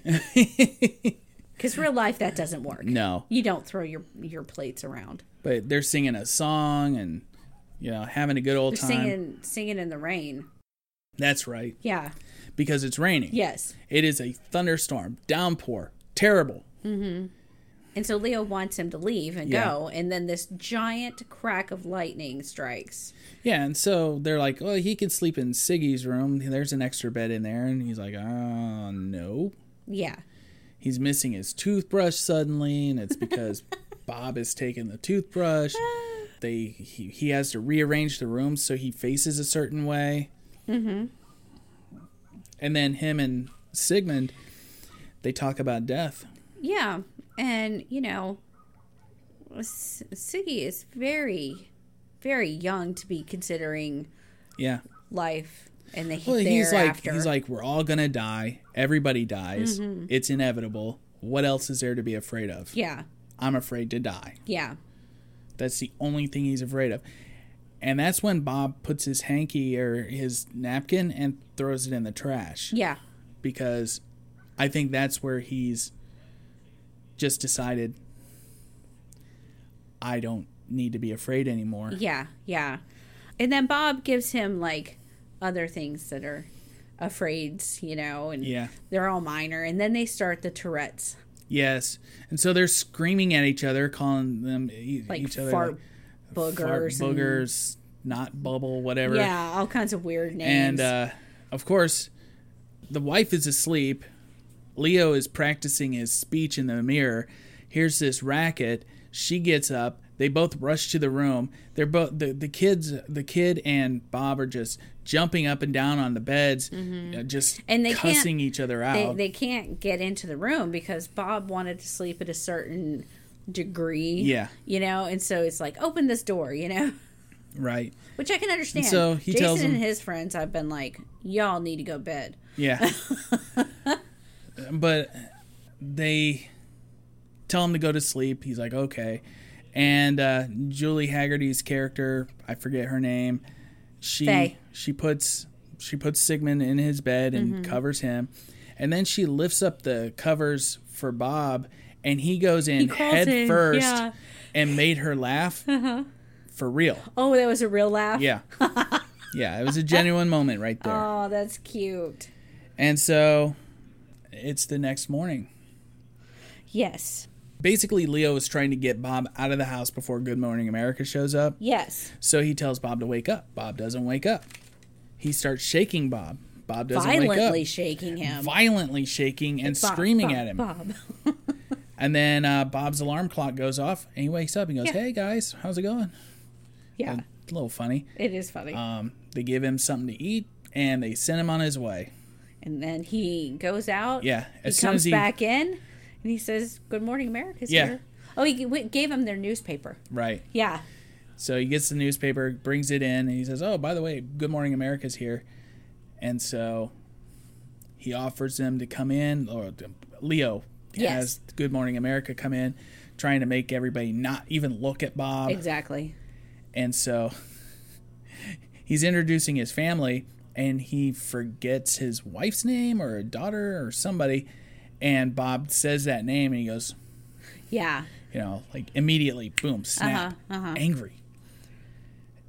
Speaker 4: Cuz real life that doesn't work.
Speaker 3: No,
Speaker 4: You don't throw your your plates around.
Speaker 3: but they're singing a song and you know having a good old
Speaker 4: They're
Speaker 3: time.
Speaker 4: singing singing in the rain.
Speaker 3: That's right,
Speaker 4: Yeah.
Speaker 3: because it's raining.
Speaker 4: Yes.
Speaker 3: it is a thunderstorm, downpour, terrible.
Speaker 4: And so Leo wants him to leave and
Speaker 3: Yeah.
Speaker 4: go, and then this giant crack of lightning strikes.
Speaker 3: Yeah, and so they're like, "Well, he could sleep in Siggy's room. There's an extra bed in there," and he's like, "Oh no."
Speaker 4: Yeah.
Speaker 3: he's missing his toothbrush suddenly, and it's because Bob has taken the toothbrush. They he, he has to rearrange the room so he faces a certain way. Mm-hmm. And then him and Sigmund, they talk about death.
Speaker 4: Yeah, and you know, S- Siggy is very, very young to be considering
Speaker 3: Yeah.
Speaker 4: life and the
Speaker 3: Well, he's like
Speaker 4: thereafter.
Speaker 3: he's like we're all gonna die. Everybody dies. It's inevitable. What else is there to be afraid of?
Speaker 4: yeah,
Speaker 3: I'm afraid to die.
Speaker 4: yeah,
Speaker 3: That's the only thing he's afraid of. And that's when Bob puts his hanky or his napkin and throws it in the trash
Speaker 4: yeah,
Speaker 3: because I think that's where he's just decided I don't need to be afraid anymore.
Speaker 4: yeah, yeah. And then Bob gives him like other things that are afraids, you know, and
Speaker 3: Yeah.
Speaker 4: they're all minor. And then they start the Tourette's.
Speaker 3: Yes. And so they're screaming at each other, calling them e-
Speaker 4: Like
Speaker 3: each other
Speaker 4: fart
Speaker 3: like,
Speaker 4: Boogers,
Speaker 3: fart
Speaker 4: and-
Speaker 3: boogers, not bubble, whatever.
Speaker 4: yeah, all kinds of weird
Speaker 3: And
Speaker 4: names.
Speaker 3: uh, of course, the wife is asleep. Leo is practicing his speech in the mirror. Here's this racket. She gets up. They both rush to the room. They're both the, the kids. The kid and Bob are just jumping up and down on the beds, uh, just
Speaker 4: Mm-hmm. And they can't-
Speaker 3: cussing each other out.
Speaker 4: they, they can't get into the room because Bob wanted to sleep at a certain degree.
Speaker 3: Yeah.
Speaker 4: You know, and so it's like, open this door, you know?
Speaker 3: right?
Speaker 4: Which I can understand.
Speaker 3: so he
Speaker 4: Jason
Speaker 3: tells him-
Speaker 4: and his friends have been like, Y'all need to go to bed.
Speaker 3: Yeah. but they tell him to go to sleep. He's like, okay. And uh, Julie Haggerty's character, I forget her name, she
Speaker 4: Faye.
Speaker 3: she puts she puts Sigmund in his bed and covers him, and then she lifts up the covers for Bob, and he goes in
Speaker 5: crawls
Speaker 3: head
Speaker 5: in,
Speaker 3: first
Speaker 5: yeah.
Speaker 3: and made her laugh for real.
Speaker 4: Oh, that was a real laugh.
Speaker 3: Yeah, yeah, it was a genuine moment right there.
Speaker 4: Oh, that's cute.
Speaker 3: And so it's the next morning.
Speaker 4: Yes.
Speaker 3: Basically, Leo is trying to get Bob out of the house before Good Morning America shows up.
Speaker 4: Yes.
Speaker 3: So he tells Bob to wake up. Bob doesn't wake up. He starts shaking Bob. Bob doesn't
Speaker 4: Violently
Speaker 3: wake
Speaker 4: shaking
Speaker 3: up.
Speaker 4: him.
Speaker 3: Violently shaking and
Speaker 4: Bob,
Speaker 3: screaming
Speaker 4: Bob,
Speaker 3: at him.
Speaker 4: Bob.
Speaker 3: And then uh, Bob's alarm clock goes off and he wakes up and goes,
Speaker 4: Yeah.
Speaker 3: Hey guys, how's it going?
Speaker 4: Yeah.
Speaker 3: A little funny.
Speaker 4: It is funny.
Speaker 3: Um, they give him something to eat and they send him on his way.
Speaker 4: and then he goes out.
Speaker 3: Yeah,
Speaker 4: He
Speaker 3: as soon as
Speaker 4: comes
Speaker 3: he-
Speaker 4: back in and he says, Good morning, America's
Speaker 3: Yeah.
Speaker 4: here. Oh, he g- w- gave him their newspaper.
Speaker 3: Right.
Speaker 4: Yeah.
Speaker 3: So he gets the newspaper, brings it in, and he says, "Oh, by the way, Good Morning America's here." And so he offers them to come in, or to- Leo
Speaker 4: Yes.
Speaker 3: has Good Morning America come in, trying to make everybody not even look at Bob.
Speaker 4: Um, Exactly.
Speaker 3: And so he's introducing his family, and he forgets his wife's name or a daughter or somebody, and Bob says that name, and he goes,
Speaker 4: Yeah.
Speaker 3: you know, like immediately, boom, snap,
Speaker 4: Uh-huh,
Speaker 3: angry.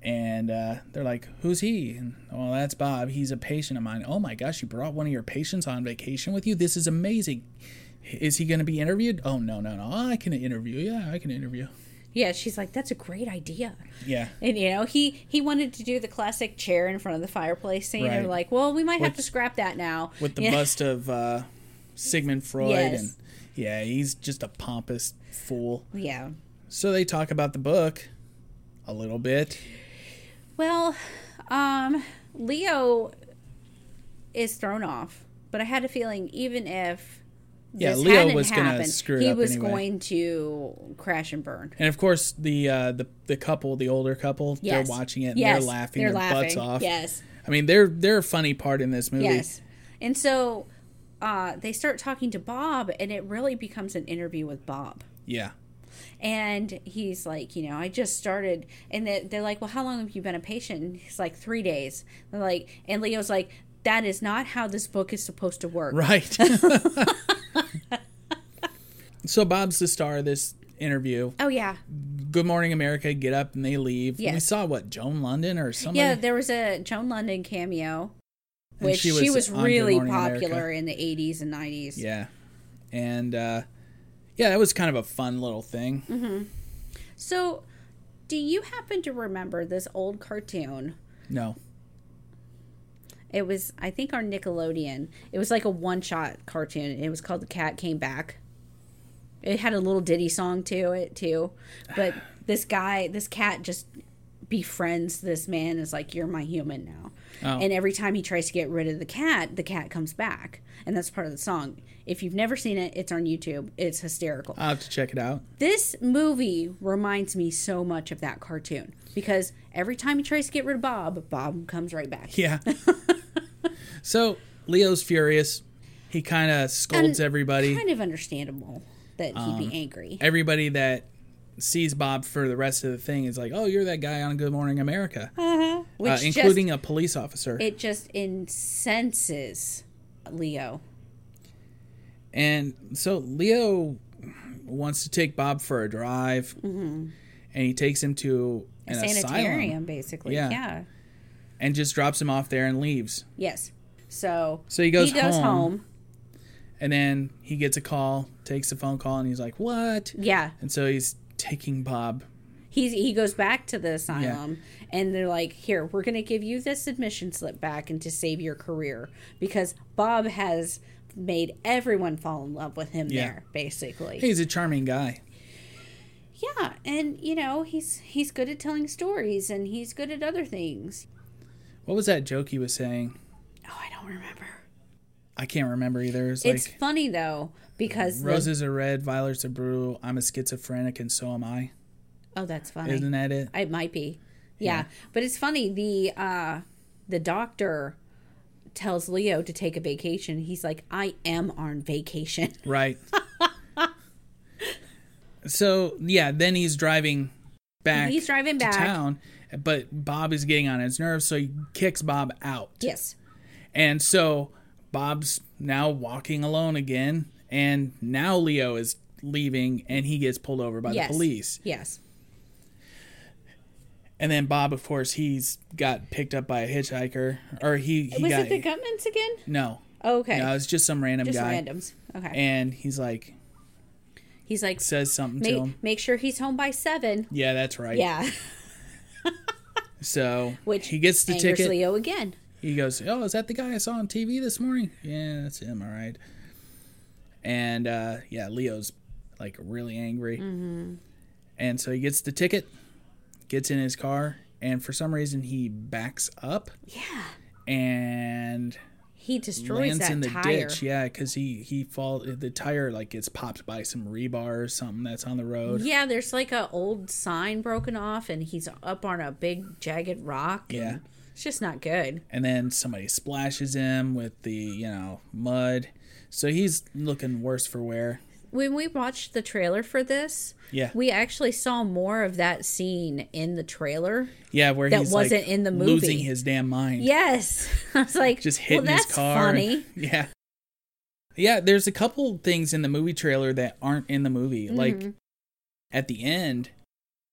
Speaker 3: And uh, they're like, "Who's he?" And well, that's Bob. He's a patient of mine. Oh my gosh, you brought one of your patients on vacation with you. This is amazing. Is he going to be interviewed? Oh no, no, no. I can interview. Yeah, I can interview.
Speaker 4: Yeah, she's like, that's a great idea.
Speaker 3: Yeah.
Speaker 4: And you know, he he wanted to do the classic chair in front of the fireplace scene. They're
Speaker 3: Right.
Speaker 4: like, well, we might have to
Speaker 3: With-
Speaker 4: scrap that now.
Speaker 3: With the
Speaker 4: Yeah.
Speaker 3: bust of uh, Sigmund Freud.
Speaker 4: Yes.
Speaker 3: And yeah, he's just a pompous fool.
Speaker 4: Yeah.
Speaker 3: So they talk about the book a little bit.
Speaker 4: Well, um, Leo is thrown off, but I had a feeling even if
Speaker 3: Yeah,
Speaker 4: this
Speaker 3: Leo
Speaker 4: hadn't
Speaker 3: was going to
Speaker 4: happened,
Speaker 3: screw it
Speaker 4: he
Speaker 3: up
Speaker 4: was
Speaker 3: anyway.
Speaker 4: going to crash and burn.
Speaker 3: And of course, the uh, the the couple, the older couple,
Speaker 4: Yes.
Speaker 3: they're watching it and
Speaker 4: Yes,
Speaker 3: they're laughing their butts off.
Speaker 4: Yes.
Speaker 3: I mean, they're they're a funny part in this movie.
Speaker 4: Yes. And so uh, they start talking to Bob, and it really becomes an interview with Bob.
Speaker 3: Yeah.
Speaker 4: And he's like, you know, I just started. And they- they're like, well, how long have you been a patient? And he's like, three days. They're like, and Leo's like, that is not how this book is supposed to work.
Speaker 3: Right. so Bob's the star of this interview.
Speaker 4: Oh, yeah.
Speaker 3: Good Morning America get up and they leave. And We
Speaker 4: Yes.
Speaker 3: saw what Joan London or somebody.
Speaker 4: Yeah, there was a Joan London cameo,
Speaker 3: And
Speaker 4: which she was,
Speaker 3: on Good
Speaker 4: really
Speaker 3: Morning
Speaker 4: popular
Speaker 3: America.
Speaker 4: in the 80s and 90s.
Speaker 3: Yeah. And uh, yeah, that was kind of a fun little thing.
Speaker 4: Mm-hmm. So, do you happen to remember this old cartoon?
Speaker 3: No.
Speaker 4: It was, I think, on Nickelodeon. It was like a one shot cartoon. and It was called The Cat Came Back. It had a little ditty song to it, too. But this guy, this cat just befriends this man and is like, You're my human now.
Speaker 3: Oh.
Speaker 4: And every time he tries to get rid of the cat, the cat comes back. And that's part of the song. If you've never seen it, it's on YouTube. It's hysterical.
Speaker 3: I'll have to check it out.
Speaker 4: This movie reminds me so much of that cartoon because every time he tries to get rid of Bob, Bob comes right back.
Speaker 3: Yeah. so Leo's furious. He kind of scolds
Speaker 4: And
Speaker 3: everybody.
Speaker 4: Kind of understandable that
Speaker 3: Um,
Speaker 4: he'd be angry.
Speaker 3: Everybody that sees Bob for the rest of the thing is like, "Oh, you're that guy on Good Morning America,"
Speaker 4: Oh, Which
Speaker 3: uh, including a police officer.
Speaker 4: just, it just incenses Leo.
Speaker 3: and so Leo wants to take Bob for a drive, and he takes him to
Speaker 4: Mm-hmm. A
Speaker 3: an
Speaker 4: sanitarium,
Speaker 3: asylum
Speaker 4: basically.
Speaker 3: Yeah.
Speaker 4: Yeah.
Speaker 3: and just drops him off there and leaves.
Speaker 4: Yes. So,
Speaker 3: So he goes home.
Speaker 4: home.
Speaker 3: And then he gets a call, takes the phone call, and he's like, "What?"
Speaker 4: Yeah.
Speaker 3: And so he's taking Bob
Speaker 4: He's, he goes back to the asylum and they're like, Here, we're going to give you this admission slip back and to save your career because Bob has made everyone fall in love with him
Speaker 3: Yeah.
Speaker 4: there, basically.
Speaker 3: He's a charming guy.
Speaker 4: Yeah, and you know he's he's good at telling stories and he's good at other things.
Speaker 3: What was that joke he was saying?
Speaker 4: Oh, I don't remember.
Speaker 3: I can't remember either. It's
Speaker 4: It's
Speaker 3: like
Speaker 4: funny though because the-
Speaker 3: roses are red, violets are blue. I'm a schizophrenic, and so am I.
Speaker 4: oh, that's funny.
Speaker 3: Isn't that it?
Speaker 4: It might be. Yeah. But it's funny, the uh the doctor tells Leo to take a vacation. He's like, I am on vacation.
Speaker 3: Right. so yeah, then he's driving back.
Speaker 4: He's driving
Speaker 3: to
Speaker 4: back.
Speaker 3: town, but Bob is getting on his nerves, so he kicks Bob out,
Speaker 4: Yes.
Speaker 3: and so Bob's now walking alone again, and now Leo is leaving, and he gets pulled over by
Speaker 4: Yes.
Speaker 3: the police.
Speaker 4: Yes.
Speaker 3: And then Bob, of course, he's got picked up by a hitchhiker, or he, he
Speaker 4: Was
Speaker 3: got
Speaker 4: it the Gutmans again?
Speaker 3: no,
Speaker 4: Oh, okay.
Speaker 3: no, it's just some random
Speaker 4: Just
Speaker 3: guy,
Speaker 4: randoms. Okay.
Speaker 3: and he's like
Speaker 4: he's like
Speaker 3: says something to him.
Speaker 4: make, make sure he's home by seven.
Speaker 3: Yeah, that's right.
Speaker 4: Yeah.
Speaker 3: so
Speaker 4: Which
Speaker 3: he gets the
Speaker 4: angers
Speaker 3: ticket.
Speaker 4: Leo again.
Speaker 3: He goes, "Oh, is that the guy I saw on TV this morning?" Yeah, that's him. All right. And uh, yeah, Leo's like really angry,
Speaker 4: Mm-hmm.
Speaker 3: and so he gets the ticket, gets in his car, and for some reason he backs up. Yeah. And
Speaker 4: He destroys
Speaker 3: lands
Speaker 4: that
Speaker 3: in the
Speaker 4: tire.
Speaker 3: ditch. Yeah, because he he fall the tire like gets popped by some rebar or something that's on the road.
Speaker 4: Yeah, there's like a old sign broken off, and he's up on a big jagged rock. and
Speaker 3: Yeah.
Speaker 4: it's just not good.
Speaker 3: And then somebody splashes him with the you know mud, so he's looking worse for wear.
Speaker 4: When we watched the trailer for this,
Speaker 3: Yeah.
Speaker 4: we actually saw more of that scene in the trailer.
Speaker 3: Yeah, where
Speaker 4: that
Speaker 3: he's
Speaker 4: wasn't
Speaker 3: like,
Speaker 4: in the movie.
Speaker 3: losing his damn mind.
Speaker 4: Yes, I was like,
Speaker 3: just hitting
Speaker 4: well, that's
Speaker 3: his car.
Speaker 4: Funny.
Speaker 3: Yeah, yeah. There's a couple things in the movie trailer that aren't in the movie.
Speaker 4: Mm-hmm.
Speaker 3: Like at the end,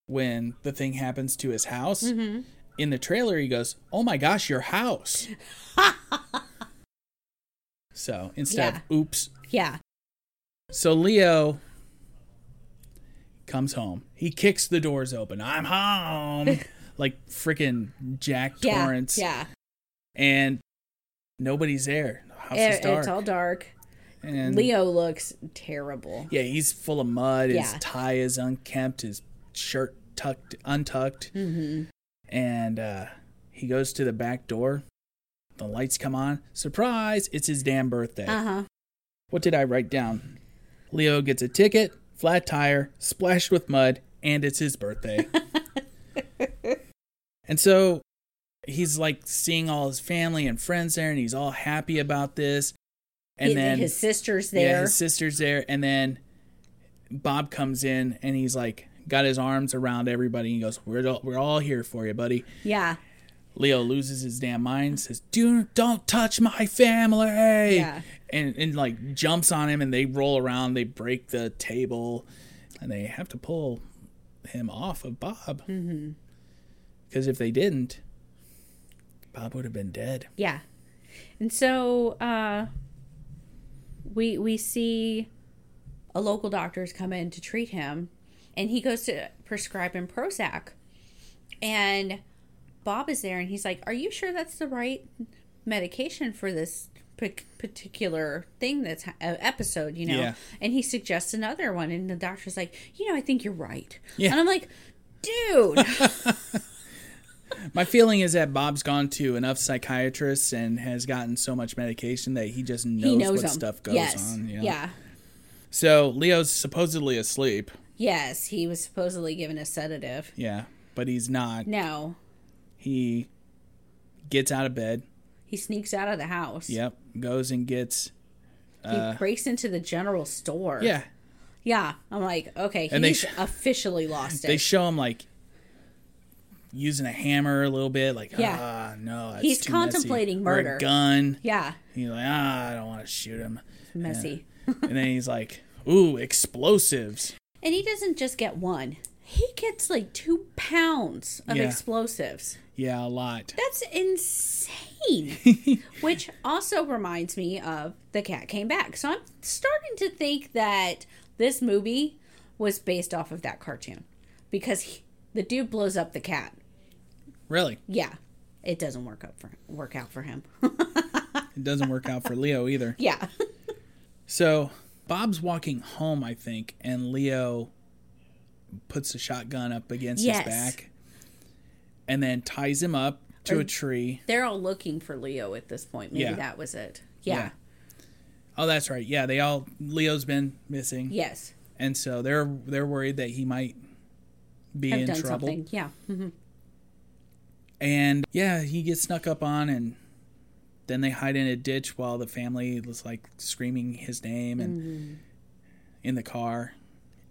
Speaker 3: when the thing happens to his house
Speaker 4: Mm-hmm.
Speaker 3: in the trailer, he goes, "Oh my gosh, your house."
Speaker 4: Mm-hmm.
Speaker 3: so instead of oops,
Speaker 4: Yeah,
Speaker 3: so Leo comes home. He kicks the doors open. I'm home. like freaking Jack
Speaker 4: Yeah.
Speaker 3: Torrance.
Speaker 4: Yeah.
Speaker 3: And nobody's there. The house is
Speaker 4: It-
Speaker 3: dark.
Speaker 4: It's all dark.
Speaker 3: and
Speaker 4: Leo looks terrible.
Speaker 3: Yeah, he's full of mud. His
Speaker 4: Yeah.
Speaker 3: tie is unkempt. His shirt tucked, untucked. Mm-hmm. And uh, he goes to the back door. The lights come on. Surprise! It's his damn birthday.
Speaker 4: Uh huh.
Speaker 3: What did I write down? Leo gets a ticket, flat tire, splashed with mud, and it's his birthday. and so he's like seeing all his family and friends there, and he's all happy about this. And
Speaker 4: His,
Speaker 3: then
Speaker 4: his sister's
Speaker 3: yeah,
Speaker 4: there.
Speaker 3: his sister's there, and then Bob comes in and he's like got his arms around everybody and he goes, "We're all, we're all here for you, buddy."
Speaker 4: Yeah.
Speaker 3: Leo loses his damn mind, says, "Do don't touch my family,"
Speaker 4: Yeah.
Speaker 3: and and like jumps on him and they roll around, they break the table, and they have to pull him off of Bob because
Speaker 4: Mm-hmm.
Speaker 3: if they didn't, Bob would have been dead.
Speaker 4: Yeah. And so uh we we see a local doctor's come in to treat him and he goes to prescribe him Prozac. And Bob is there and he's like, "Are you sure that's the right medication for this pic- particular thing that's ha- uh, episode, you know?"
Speaker 3: Yeah.
Speaker 4: And he suggests another one and the doctor's like, "You know, I think you're right."
Speaker 3: Yeah.
Speaker 4: And I'm like, "Dude,
Speaker 3: My feeling is that Bob's gone to enough psychiatrists and has gotten so much medication that he just knows,
Speaker 4: he knows
Speaker 3: what
Speaker 4: him."
Speaker 3: stuff goes
Speaker 4: yes.
Speaker 3: on. Yeah.
Speaker 4: yeah.
Speaker 3: So Leo's supposedly asleep.
Speaker 4: Yes, he was supposedly given a sedative.
Speaker 3: Yeah. But he's not.
Speaker 4: No,
Speaker 3: He gets out of bed.
Speaker 4: he sneaks out of the house.
Speaker 3: Yep. Goes and gets.
Speaker 4: He breaks into the general store.
Speaker 3: Uh, Yeah.
Speaker 4: Yeah. I'm like, okay,
Speaker 3: And they
Speaker 4: he's
Speaker 3: sh-
Speaker 4: officially lost it.
Speaker 3: They show him like using a hammer a little bit. Like,
Speaker 4: Yeah.
Speaker 3: ah, no. That's
Speaker 4: He's
Speaker 3: too messy."
Speaker 4: contemplating
Speaker 3: Or
Speaker 4: murder.
Speaker 3: a gun.
Speaker 4: yeah.
Speaker 3: He's like, ah, I don't want to shoot him.
Speaker 4: Messy.
Speaker 3: and then he's like, ooh, explosives.
Speaker 4: And he doesn't just get one. He gets like two pounds of
Speaker 3: Yeah.
Speaker 4: explosives.
Speaker 3: Yeah, a lot.
Speaker 4: That's insane. Which also reminds me of The Cat Came Back. So I'm starting to think that this movie was based off of that cartoon because he, the dude blows up the cat.
Speaker 3: Really.
Speaker 4: Yeah, it doesn't work up for work out for him.
Speaker 3: It doesn't work out for Leo either.
Speaker 4: yeah,
Speaker 3: So Bob's walking home, I think, and Leo puts the shotgun up against his
Speaker 4: Yes.
Speaker 3: back and then ties him up to a tree.
Speaker 4: they're all looking for Leo at this point. Maybe
Speaker 3: Yeah.
Speaker 4: that was it. Yeah.
Speaker 3: Yeah. Oh, that's right. Yeah, they all Leo's been missing.
Speaker 4: Yes.
Speaker 3: And so they're they're worried that he might be
Speaker 4: Have
Speaker 3: in
Speaker 4: done
Speaker 3: trouble. Mm-hmm.
Speaker 4: something. Yeah.
Speaker 3: And yeah, he gets snuck up on and then they hide in a ditch while the family was like screaming his name and
Speaker 4: Mm-hmm.
Speaker 3: in the car.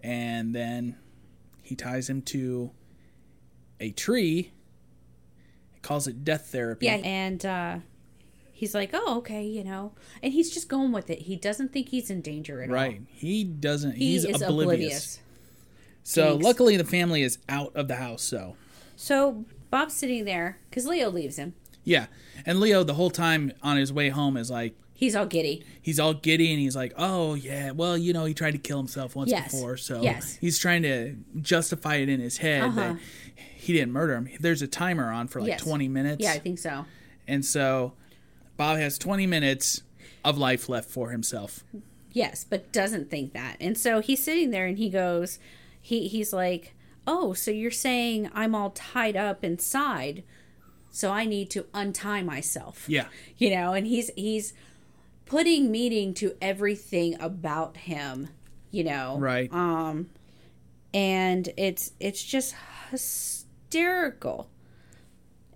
Speaker 3: And then he ties him to a tree. Calls it death therapy.
Speaker 4: Yeah. And uh, he's like, "Oh, okay," you know, and he's just going with it. He doesn't think he's in danger at all.
Speaker 3: Right. He doesn't
Speaker 4: He
Speaker 3: he's
Speaker 4: is
Speaker 3: oblivious.
Speaker 4: oblivious.
Speaker 3: So
Speaker 4: Jinx.
Speaker 3: luckily the family is out of the house, so
Speaker 4: So Bob's sitting there because Leo leaves him.
Speaker 3: yeah. And Leo the whole time on his way home is like
Speaker 4: He's all giddy.
Speaker 3: he's all giddy and he's like, "Oh yeah, well you know he tried to kill himself once
Speaker 4: Yes.
Speaker 3: before, so
Speaker 4: Yes. Uh-huh.
Speaker 3: he's trying to justify it in his head that he didn't murder him." There's a timer on for like
Speaker 4: Yes.
Speaker 3: 20 minutes,
Speaker 4: Yeah, I think so.
Speaker 3: and so Bob has 20 minutes of life left for himself.
Speaker 4: Yes, but doesn't think that. And so he's sitting there and he goes, he he's like, "Oh, so you're saying I'm all tied up inside, so I need to untie myself."
Speaker 3: Yeah,
Speaker 4: You know, and he's he's putting meaning to everything about him, you know.
Speaker 3: right.
Speaker 4: Um, And it's it's just hysterical.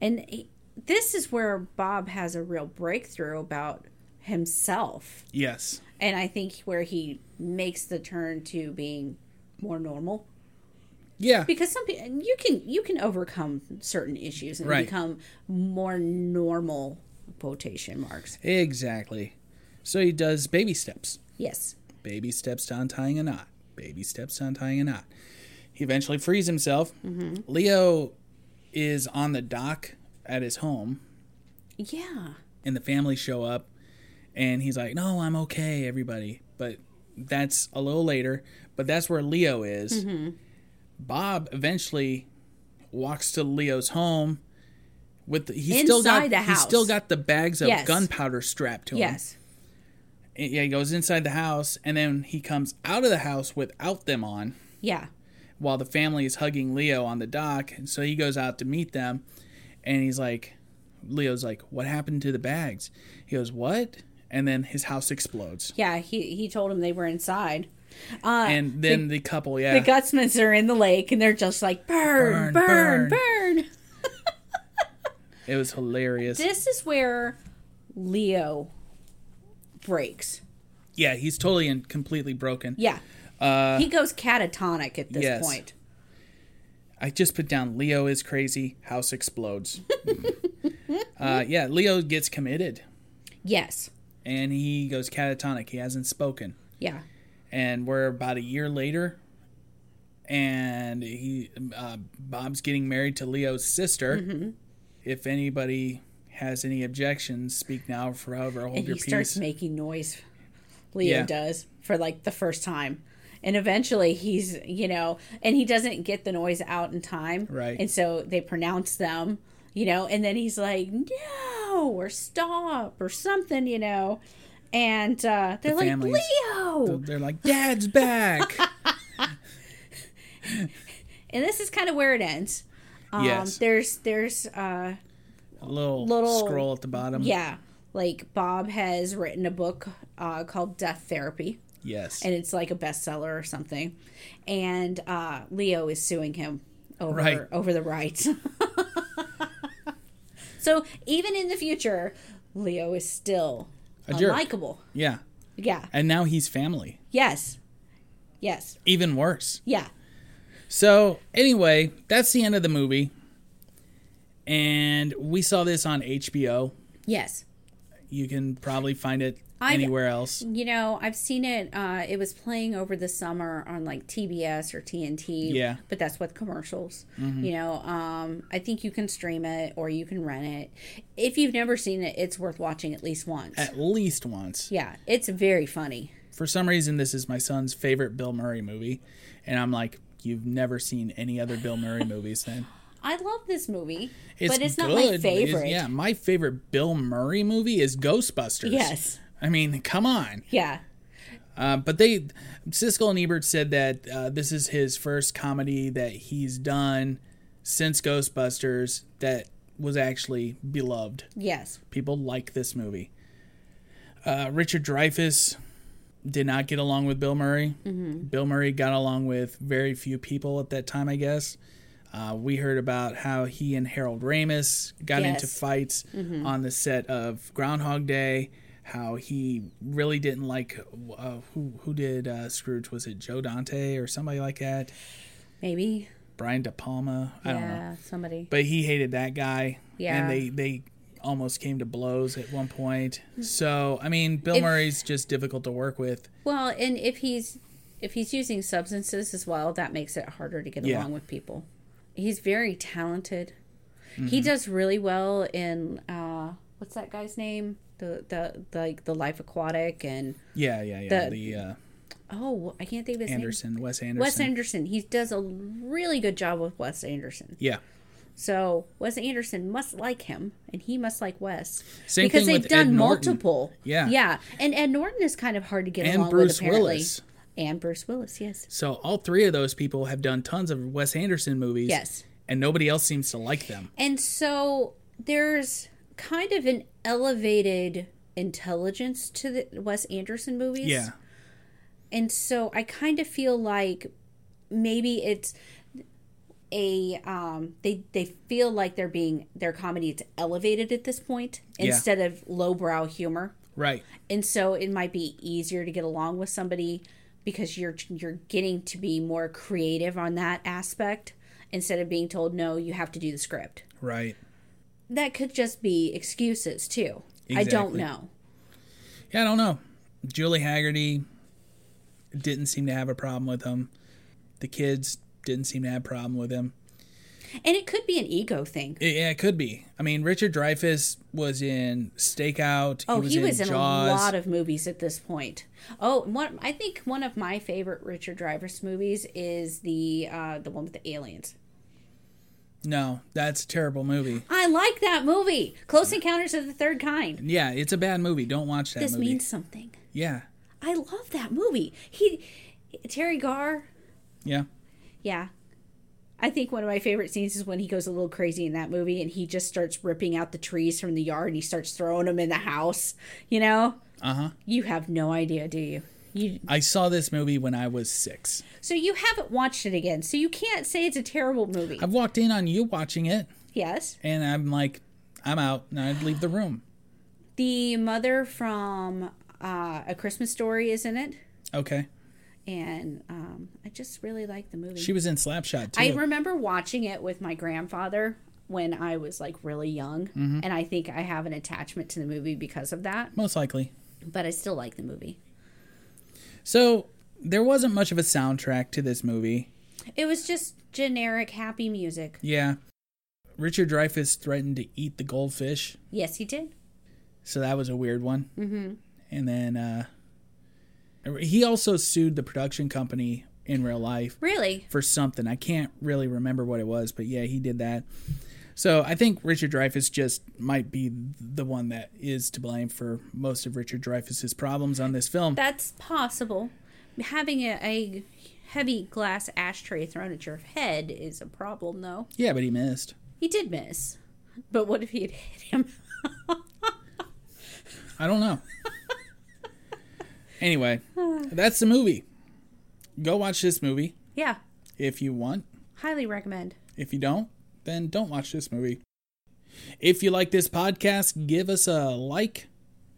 Speaker 4: And he- this is where Bob has a real breakthrough about himself
Speaker 3: yes,
Speaker 4: and I think where he makes the turn to being more normal
Speaker 3: yeah,
Speaker 4: because some people you can you can overcome certain issues and
Speaker 3: Right.
Speaker 4: become more normal quotation marks.
Speaker 3: exactly. So he does baby steps.
Speaker 4: Yes.
Speaker 3: Baby steps to untying a knot. Baby steps to untying a knot. He eventually frees himself.
Speaker 4: Mm-hmm.
Speaker 3: Leo is on the dock at his home,
Speaker 4: Yeah.
Speaker 3: and the family show up, and he's like, "No, I'm
Speaker 4: Mm-hmm.
Speaker 3: okay, everybody." But that's a little later. But that's where Leo is, Bob eventually walks to Leo's home with the, he's still got
Speaker 4: Inside the
Speaker 3: he's
Speaker 4: house.
Speaker 3: still got the bags of
Speaker 4: Yes.
Speaker 3: gunpowder strapped to him.
Speaker 4: Yes.
Speaker 3: And, Yeah, he goes inside the house and then he comes out of the house without them on
Speaker 4: Yeah.
Speaker 3: while the family is hugging Leo on the dock. And so he goes out to meet them and he's like, Leo's like, What happened to the bags? He goes, What? And then his house explodes.
Speaker 4: Yeah. He he told him they were inside.
Speaker 3: and then the, couple, yeah.
Speaker 4: Uh, The gutsmiths are in the lake and they're just like burn,
Speaker 3: Burn,
Speaker 4: burn, burn.
Speaker 3: it was hilarious.
Speaker 4: This is where Leo breaks.
Speaker 3: yeah, he's totally and completely broken.
Speaker 4: Yeah. Uh, he goes catatonic at this
Speaker 3: yes.
Speaker 4: point.
Speaker 3: I just put down Leo is crazy, house explodes. uh, yeah, Leo gets committed
Speaker 4: Yes.
Speaker 3: and he goes catatonic. He hasn't spoken.
Speaker 4: Yeah.
Speaker 3: and we're about a year later and he uh, bob's getting married to leo's sister
Speaker 4: Mm-hmm.
Speaker 3: if anybody has any objections speak now or forever hold
Speaker 4: and
Speaker 3: your
Speaker 4: he starts
Speaker 3: peace
Speaker 4: making noise. Leo
Speaker 3: Yeah.
Speaker 4: does for like the first time. And eventually he's, you know, and he doesn't get the noise out in time.
Speaker 3: Right.
Speaker 4: And so they pronounce them, you know, and then he's like, no, or stop, or something, you know. And uh, they're like,
Speaker 3: families-
Speaker 4: Leo.
Speaker 3: they're like dad's back
Speaker 4: and this is kind of where it ends. Um,
Speaker 3: yes
Speaker 4: There's, there's, uh,
Speaker 3: a little,
Speaker 4: little-
Speaker 3: scroll at the bottom
Speaker 4: yeah, like Bob has written a book uh, called Death Therapy.
Speaker 3: yes
Speaker 4: and it's like a bestseller or something. And uh, Leo is suing him over
Speaker 3: Right.
Speaker 4: over the rights. so even in the future, Leo is still
Speaker 3: A jerk.
Speaker 4: unlikable.
Speaker 3: yeah
Speaker 4: Yeah.
Speaker 3: and now he's family
Speaker 4: Yes. Yes.
Speaker 3: even worse
Speaker 4: Yeah.
Speaker 3: so anyway that's the end of the movie and we saw this on hbo
Speaker 4: Yes.
Speaker 3: you can probably find it
Speaker 4: I've-
Speaker 3: anywhere else
Speaker 4: You know, I've seen it. Uh, it was playing over the summer on like TBS or TNT.
Speaker 3: Yeah. Mm-hmm.
Speaker 4: But that's with commercials. You know, um, I think you can stream it or you can rent it. If you've never seen it, it's worth watching at least once.
Speaker 3: at least once
Speaker 4: Yeah, it's very funny.
Speaker 3: for some reason this is my son's favorite Bill Murray movie, and I'm like, you've never seen any other Bill Murray movies then.
Speaker 4: I love this movie, but it's not my
Speaker 3: good, but it's-
Speaker 4: favorite.
Speaker 3: yeah, my favorite Bill Murray movie is Ghostbusters.
Speaker 4: Yes.
Speaker 3: I mean, come on.
Speaker 4: Yeah.
Speaker 3: Uh, but they, Siskel and Ebert said that uh, this is his first comedy that he's done since Ghostbusters that was actually beloved.
Speaker 4: Yes.
Speaker 3: People like this movie. Uh, Richard Dreyfuss did not get along with Bill Murray.
Speaker 4: Mm-hmm.
Speaker 3: Bill Murray got along with very few people at that time, I guess. Uh, we heard about how he and Harold Ramis got
Speaker 4: Yes. Mm-hmm.
Speaker 3: into fights on the set of Groundhog Day. How he really didn't like uh, who who did uh, Scrooge? Was it Joe Dante or somebody like that?
Speaker 4: Maybe.
Speaker 3: Brian De Palma? I don't know
Speaker 4: Yeah, somebody.
Speaker 3: but he hated that guy.
Speaker 4: Yeah.
Speaker 3: And they they almost came to blows at one point. So I mean, Bill
Speaker 4: If-
Speaker 3: Murray's just difficult to work with.
Speaker 4: Well, and if he's if he's using substances as well, that makes it harder to get
Speaker 3: Yeah.
Speaker 4: along with people. He's very talented.
Speaker 3: Mm-hmm.
Speaker 4: He does really well in uh what's that guy's name? The the the, like the Life Aquatic and
Speaker 3: Yeah, yeah, yeah.
Speaker 4: The-
Speaker 3: The, uh,
Speaker 4: oh, I can't think of his
Speaker 3: Anderson, Wes Anderson.
Speaker 4: name. Wes Anderson. He does a really good job with Wes Anderson.
Speaker 3: Yeah.
Speaker 4: So Wes Anderson must like him, and he must like Wes
Speaker 3: Same
Speaker 4: because
Speaker 3: thing
Speaker 4: they've
Speaker 3: with
Speaker 4: done
Speaker 3: Ed Norton.
Speaker 4: multiple.
Speaker 3: Yeah.
Speaker 4: yeah, and Ed Norton is kind of hard to get
Speaker 3: And
Speaker 4: along
Speaker 3: Bruce
Speaker 4: with apparently.
Speaker 3: Willis.
Speaker 4: And Bruce Willis, yes,
Speaker 3: So all three of those people have done tons of Wes Anderson movies.
Speaker 4: yes.
Speaker 3: And nobody else seems to like them.
Speaker 4: And so there's kind of an elevated intelligence to the Wes Anderson movies.
Speaker 3: Yeah.
Speaker 4: and so I kind of feel like maybe it's a um they they feel like they're being their comedy is elevated at this point
Speaker 3: Yeah.
Speaker 4: instead of lowbrow humor
Speaker 3: Right.
Speaker 4: and so it might be easier to get along with somebody because you're you're getting to be more creative on that aspect instead of being told no you have to do the script
Speaker 3: Right.
Speaker 4: that could just be excuses too i don't
Speaker 3: Exactly.
Speaker 4: know
Speaker 3: Yeah, I don't know. Julie Haggerty didn't seem to have a problem with him. The kids didn't seem to have a problem with him.
Speaker 4: And it could be an ego thing.
Speaker 3: It- yeah, it could be. I mean, Richard Dreyfuss was in Stakeout.
Speaker 4: Oh, he was in,
Speaker 3: Jaws.
Speaker 4: a lot of movies at this point. Oh, one I think one of my favorite Richard Dreyfuss movies is the uh, the one with the aliens.
Speaker 3: no, that's a terrible movie.
Speaker 4: I like that movie, Close Encounters of the Third Kind.
Speaker 3: Yeah, it's a bad movie. Don't watch that
Speaker 4: This
Speaker 3: movie.
Speaker 4: means something.
Speaker 3: yeah,
Speaker 4: I love that movie. He Terry Garr,
Speaker 3: yeah.
Speaker 4: yeah. I think one of my favorite scenes is when he goes a little crazy in that movie and he just starts ripping out the trees from the yard and he starts throwing them in the house, you know?
Speaker 3: Uh-huh.
Speaker 4: You have no idea, do you? You
Speaker 3: I saw this movie when I was six.
Speaker 4: so you haven't watched it again, so you can't say it's a terrible movie.
Speaker 3: I've walked in on you watching it,
Speaker 4: yes.
Speaker 3: and I'm like, I'm out, and I'd leave the room.
Speaker 4: The mother from uh, A Christmas Story is in it
Speaker 3: Okay.
Speaker 4: and um, I just really like the movie.
Speaker 3: She was in Slapshot too.
Speaker 4: I remember watching it with my grandfather when I was like really young, and I think I have an attachment to the movie because of that.
Speaker 3: Most likely.
Speaker 4: But I still like the movie.
Speaker 3: So there wasn't much of a soundtrack to this movie.
Speaker 4: It was just generic happy music.
Speaker 3: Yeah. Richard Dreyfuss threatened to eat the goldfish,
Speaker 4: Yes, he did.
Speaker 3: so that was a weird one. Mm-hmm. And then uh, he also sued the production company in real life
Speaker 4: Really?
Speaker 3: for something. I can't really remember what it was, but yeah, he did that. So I think Richard Dreyfuss just might be the one that is to blame for most of Richard Dreyfuss's problems on this film.
Speaker 4: That's possible. Having a, a heavy glass ashtray thrown at your head is a problem, though.
Speaker 3: yeah, but he missed.
Speaker 4: He did miss. But what if he had hit him?
Speaker 3: I don't know. anyway, that's the movie. Go watch this movie
Speaker 4: yeah,
Speaker 3: if you want.
Speaker 4: highly recommend.
Speaker 3: If you don't, then don't watch this movie. If you like this podcast, give us a like,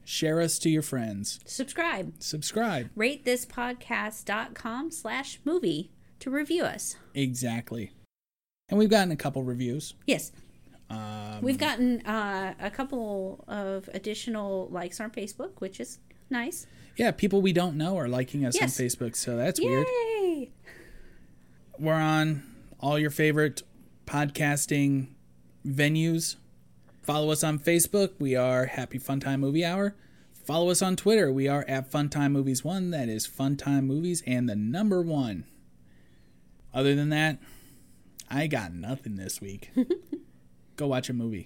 Speaker 3: share us to your friends,
Speaker 4: Subscribe.
Speaker 3: subscribe.
Speaker 4: ratethispodcast.com slash movie to review us.
Speaker 3: Exactly. And we've gotten a couple reviews.
Speaker 4: Yes,
Speaker 3: Um,
Speaker 4: we've gotten uh, a couple of additional likes on Facebook, which is nice.
Speaker 3: yeah, people we don't know are liking us
Speaker 4: Yes.
Speaker 3: on Facebook, so that's
Speaker 4: Yay!
Speaker 3: weird. We're on all your favorite podcasting venues. Follow us on Facebook. We are Happy Funtime Movie Hour. Follow us on Twitter. We are at Funtime Movies One. That is Funtime Movies and the number one. Other than that, I got nothing this week. Go watch a movie.